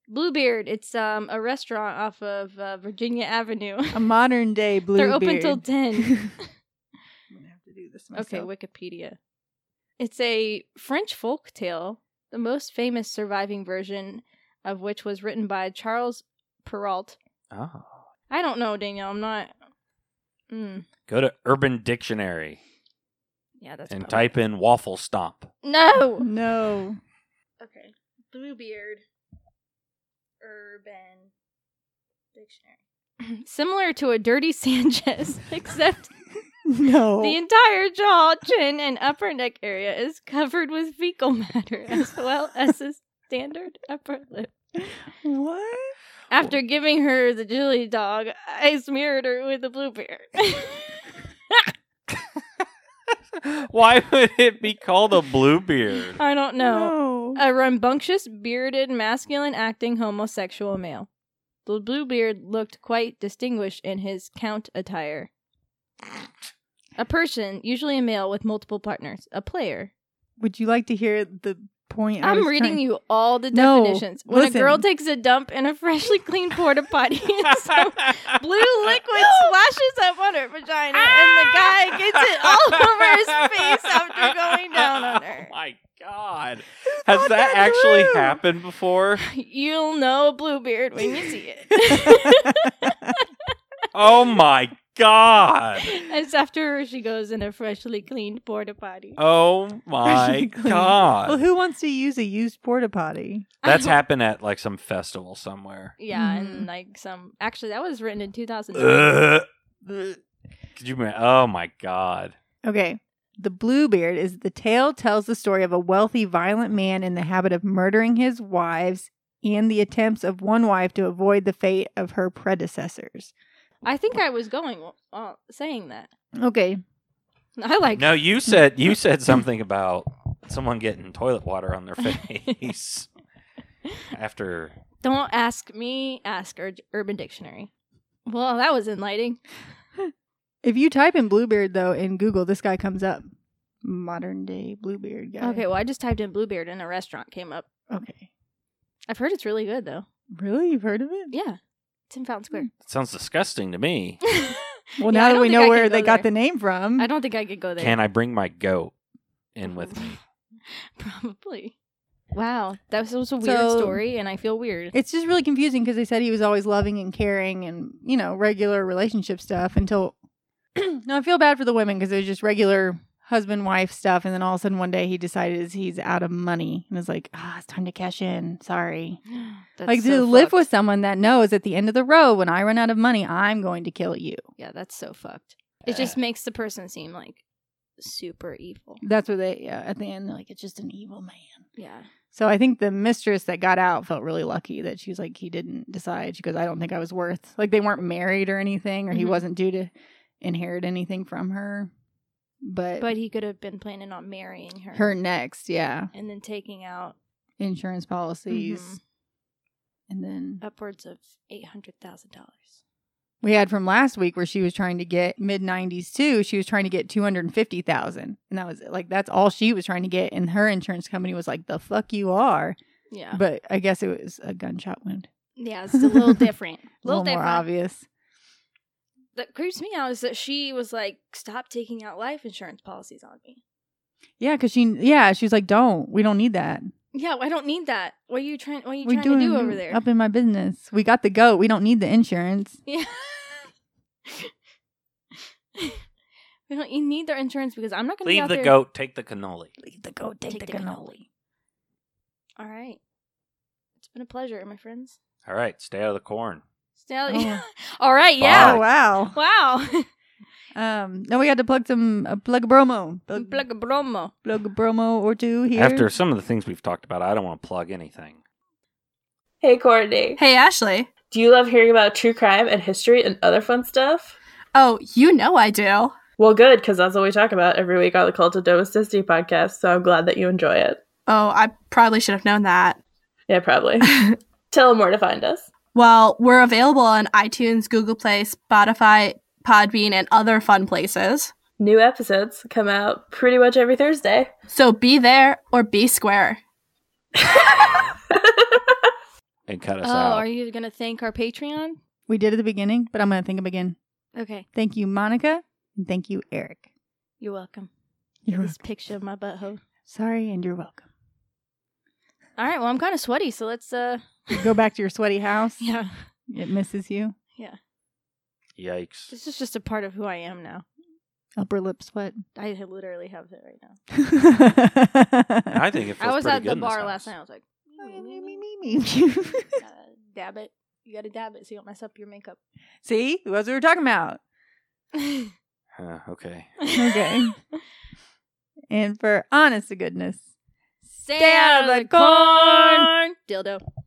[SPEAKER 3] Bluebeard. It's um a restaurant off of uh, Virginia Avenue.
[SPEAKER 2] a modern day bluebeard.
[SPEAKER 3] They're open till ten.
[SPEAKER 2] I'm gonna have to do this myself.
[SPEAKER 3] Okay, Wikipedia. It's a French folk tale, the most famous surviving version of which was written by Charles Perrault.
[SPEAKER 1] Oh.
[SPEAKER 3] I don't know, Danielle. I'm not. Mm,
[SPEAKER 1] Go to Urban Dictionary
[SPEAKER 3] yeah, that's
[SPEAKER 1] and
[SPEAKER 3] probably-
[SPEAKER 1] type in waffle stomp.
[SPEAKER 3] No.
[SPEAKER 2] No.
[SPEAKER 3] Okay, Bluebeard. Urban Dictionary. Similar to a dirty Sanchez, except
[SPEAKER 1] Oh.
[SPEAKER 2] No.
[SPEAKER 3] The entire jaw, chin, and upper neck area is covered with fecal matter as well as the standard upper lip.
[SPEAKER 2] what?
[SPEAKER 3] After giving her the chili dog, I smeared her with a bluebeard.
[SPEAKER 1] Why would it be called a bluebeard?
[SPEAKER 3] I don't know.
[SPEAKER 2] No.
[SPEAKER 3] A rambunctious, bearded, masculine acting homosexual male. The bluebeard looked quite distinguished in his count attire. A person, usually a male with multiple partners, a player,
[SPEAKER 2] Would you like to hear the point? I
[SPEAKER 3] I'm
[SPEAKER 2] was
[SPEAKER 3] reading
[SPEAKER 2] trying-
[SPEAKER 3] you all the
[SPEAKER 2] No,
[SPEAKER 3] definitions. When a girl
[SPEAKER 2] listen.
[SPEAKER 3] takes a dump in a freshly clean porta potty, some blue liquid splashes up on her vagina, and the guy gets it all over his face after going down on her.
[SPEAKER 1] Oh my god.
[SPEAKER 2] not
[SPEAKER 1] Has that,
[SPEAKER 2] that
[SPEAKER 1] actually
[SPEAKER 2] blue.
[SPEAKER 1] happened before?
[SPEAKER 3] You'll know Bluebeard when you see it.
[SPEAKER 1] Oh my god.
[SPEAKER 3] it's after she goes in a freshly cleaned porta potty.
[SPEAKER 1] Oh my
[SPEAKER 2] Clean. Well,
[SPEAKER 1] god.
[SPEAKER 2] who wants to use a used porta potty?
[SPEAKER 1] That's happened at like some festival somewhere.
[SPEAKER 3] Yeah,
[SPEAKER 2] Mhm.
[SPEAKER 3] and like some. Actually, that was written in 2000.
[SPEAKER 1] Ugh. Could you ma- Oh my god.
[SPEAKER 2] Okay. The Bluebeard is the tale tells the story of a wealthy, violent man in the habit of murdering his wives and the attempts of one wife to avoid the fate of her predecessors.
[SPEAKER 3] I think I was going uh, saying that.
[SPEAKER 2] Okay.
[SPEAKER 3] I like
[SPEAKER 1] No, you said you said something about someone getting toilet water on their face after
[SPEAKER 3] Don't ask me. Ask Ur- Urban Dictionary. Well, that was enlightening.
[SPEAKER 2] If you type in Bluebeard, though, in Google, this guy comes up. Modern day Bluebeard guy.
[SPEAKER 3] Okay, well, I just typed in Bluebeard and a restaurant came up.
[SPEAKER 2] Okay.
[SPEAKER 3] I've heard it's really good though.
[SPEAKER 2] Really? You've heard of it?
[SPEAKER 3] Yeah, it's in Fountain Square.
[SPEAKER 1] sounds disgusting to me.
[SPEAKER 3] Hmm.
[SPEAKER 2] Well,
[SPEAKER 3] Yeah,
[SPEAKER 2] now
[SPEAKER 3] I
[SPEAKER 2] that
[SPEAKER 3] don't
[SPEAKER 2] we
[SPEAKER 3] think I
[SPEAKER 2] know
[SPEAKER 3] can
[SPEAKER 2] where
[SPEAKER 3] go
[SPEAKER 2] they got
[SPEAKER 3] there.
[SPEAKER 2] the name from,
[SPEAKER 3] I don't think I could go there.
[SPEAKER 1] Can I bring my goat in with me?
[SPEAKER 3] Probably. Wow, that was, was a weird
[SPEAKER 2] So-
[SPEAKER 3] story, and I feel weird.
[SPEAKER 2] it's just really confusing because they said he was always loving and caring and you know regular relationship stuff until no i feel bad for the women because it was just regular husband wife stuff and then all of a sudden one day he decided he's out of money and was like ah it's time to cash in sorry
[SPEAKER 3] That's
[SPEAKER 2] like
[SPEAKER 3] so
[SPEAKER 2] to live
[SPEAKER 3] fucked.
[SPEAKER 2] with someone that knows at the end of the road when i run out of money i'm going to kill you
[SPEAKER 3] Yeah, that's so fucked. It just makes the person seem like super evil.
[SPEAKER 2] that's what they yeah, at the end they're like it's just an evil man
[SPEAKER 3] Yeah.
[SPEAKER 2] so i think the mistress that got out felt really lucky that she was like he didn't decide she goes i don't think i was worth like they weren't married or anything or he
[SPEAKER 3] Mhm.
[SPEAKER 2] wasn't due to inherit anything from her but,
[SPEAKER 3] But he could have been planning on marrying her,
[SPEAKER 2] her next yeah
[SPEAKER 3] and then taking out
[SPEAKER 2] insurance policies
[SPEAKER 3] Mhm.
[SPEAKER 2] and then
[SPEAKER 3] upwards of eight hundred thousand dollars.
[SPEAKER 2] we had from last week where she was trying to get mid 90s too she was trying to get 250000 and that was like that's all she was trying to get and her insurance company was like the fuck you are
[SPEAKER 3] Yeah.
[SPEAKER 2] but i guess it was a gunshot wound
[SPEAKER 3] Yeah, it's a little different.
[SPEAKER 2] a little, more
[SPEAKER 3] different.
[SPEAKER 2] obvious
[SPEAKER 3] that creeps me out is that she was like, stop taking out life insurance policies on me.
[SPEAKER 2] Yeah, because she, yeah, she's like, don't. We don't need that.
[SPEAKER 3] Yeah, well, I don't need that. What are you trying? What are you
[SPEAKER 2] We're
[SPEAKER 3] trying to do over there?
[SPEAKER 2] up in my business. We got the goat. We don't need the insurance.
[SPEAKER 3] yeah. we don't. You need their insurance because I'm not going to
[SPEAKER 1] Leave the goat, take the cannoli.
[SPEAKER 2] Leave the goat. Take, the, cannoli.
[SPEAKER 3] All right. It's been a pleasure, my friends.
[SPEAKER 1] All right, stay out of the corn.
[SPEAKER 3] Stay out-
[SPEAKER 2] Oh.
[SPEAKER 3] All right. Yeah.
[SPEAKER 2] Oh wow.
[SPEAKER 3] Wow.
[SPEAKER 2] Um. Now we had to plug some uh, plug a bromo. Plug,
[SPEAKER 3] Plug a bromo.
[SPEAKER 2] plug a bromo or two here.
[SPEAKER 1] After some of the things we've talked about, I don't want to plug anything.
[SPEAKER 12] Hey, Courtney.
[SPEAKER 13] Hey, Ashley.
[SPEAKER 12] Do you love hearing about true crime and history and other fun stuff?
[SPEAKER 13] Oh, you know I do.
[SPEAKER 12] Well, good, because that's what we talk about every week on the Cult of Domesticity podcast, so I'm glad that you enjoy it.
[SPEAKER 13] Oh, I probably should have known that.
[SPEAKER 12] Yeah, probably. Tell them where to find us.
[SPEAKER 13] Well, we're available on iTunes, Google Play, Spotify, Podbean, and other fun places.
[SPEAKER 12] New episodes come out pretty much every Thursday.
[SPEAKER 13] So be there or be square.
[SPEAKER 1] And cut
[SPEAKER 3] Oh,
[SPEAKER 1] us out.
[SPEAKER 3] are you going to thank our Patreon?
[SPEAKER 2] We did at the beginning, but I'm gonna think of again.
[SPEAKER 3] Okay.
[SPEAKER 2] Thank you, Monica. And thank you, Eric.
[SPEAKER 3] You're welcome.
[SPEAKER 2] You're
[SPEAKER 3] This picture of my butthole.
[SPEAKER 2] Sorry, and you're welcome.
[SPEAKER 3] All right. Well, I'm kind of sweaty, so let's. uh
[SPEAKER 2] Go back to your sweaty house.
[SPEAKER 3] Yeah.
[SPEAKER 2] It misses you.
[SPEAKER 3] Yeah.
[SPEAKER 1] Yikes.
[SPEAKER 3] This is just a part of who I am now.
[SPEAKER 2] Upper lip sweat.
[SPEAKER 3] I literally have it right now.
[SPEAKER 1] I think it feels
[SPEAKER 3] I was
[SPEAKER 1] pretty
[SPEAKER 3] at
[SPEAKER 1] good
[SPEAKER 3] the
[SPEAKER 1] in this
[SPEAKER 3] bar
[SPEAKER 1] house.
[SPEAKER 3] last night. I was like, gotta dab it. You gotta dab it so you don't mess up your makeup.
[SPEAKER 2] See, that's what we were talking about.
[SPEAKER 1] Uh, okay.
[SPEAKER 2] Okay. and for honest to goodness.
[SPEAKER 3] Stay
[SPEAKER 2] out of the corn.
[SPEAKER 3] Dildo.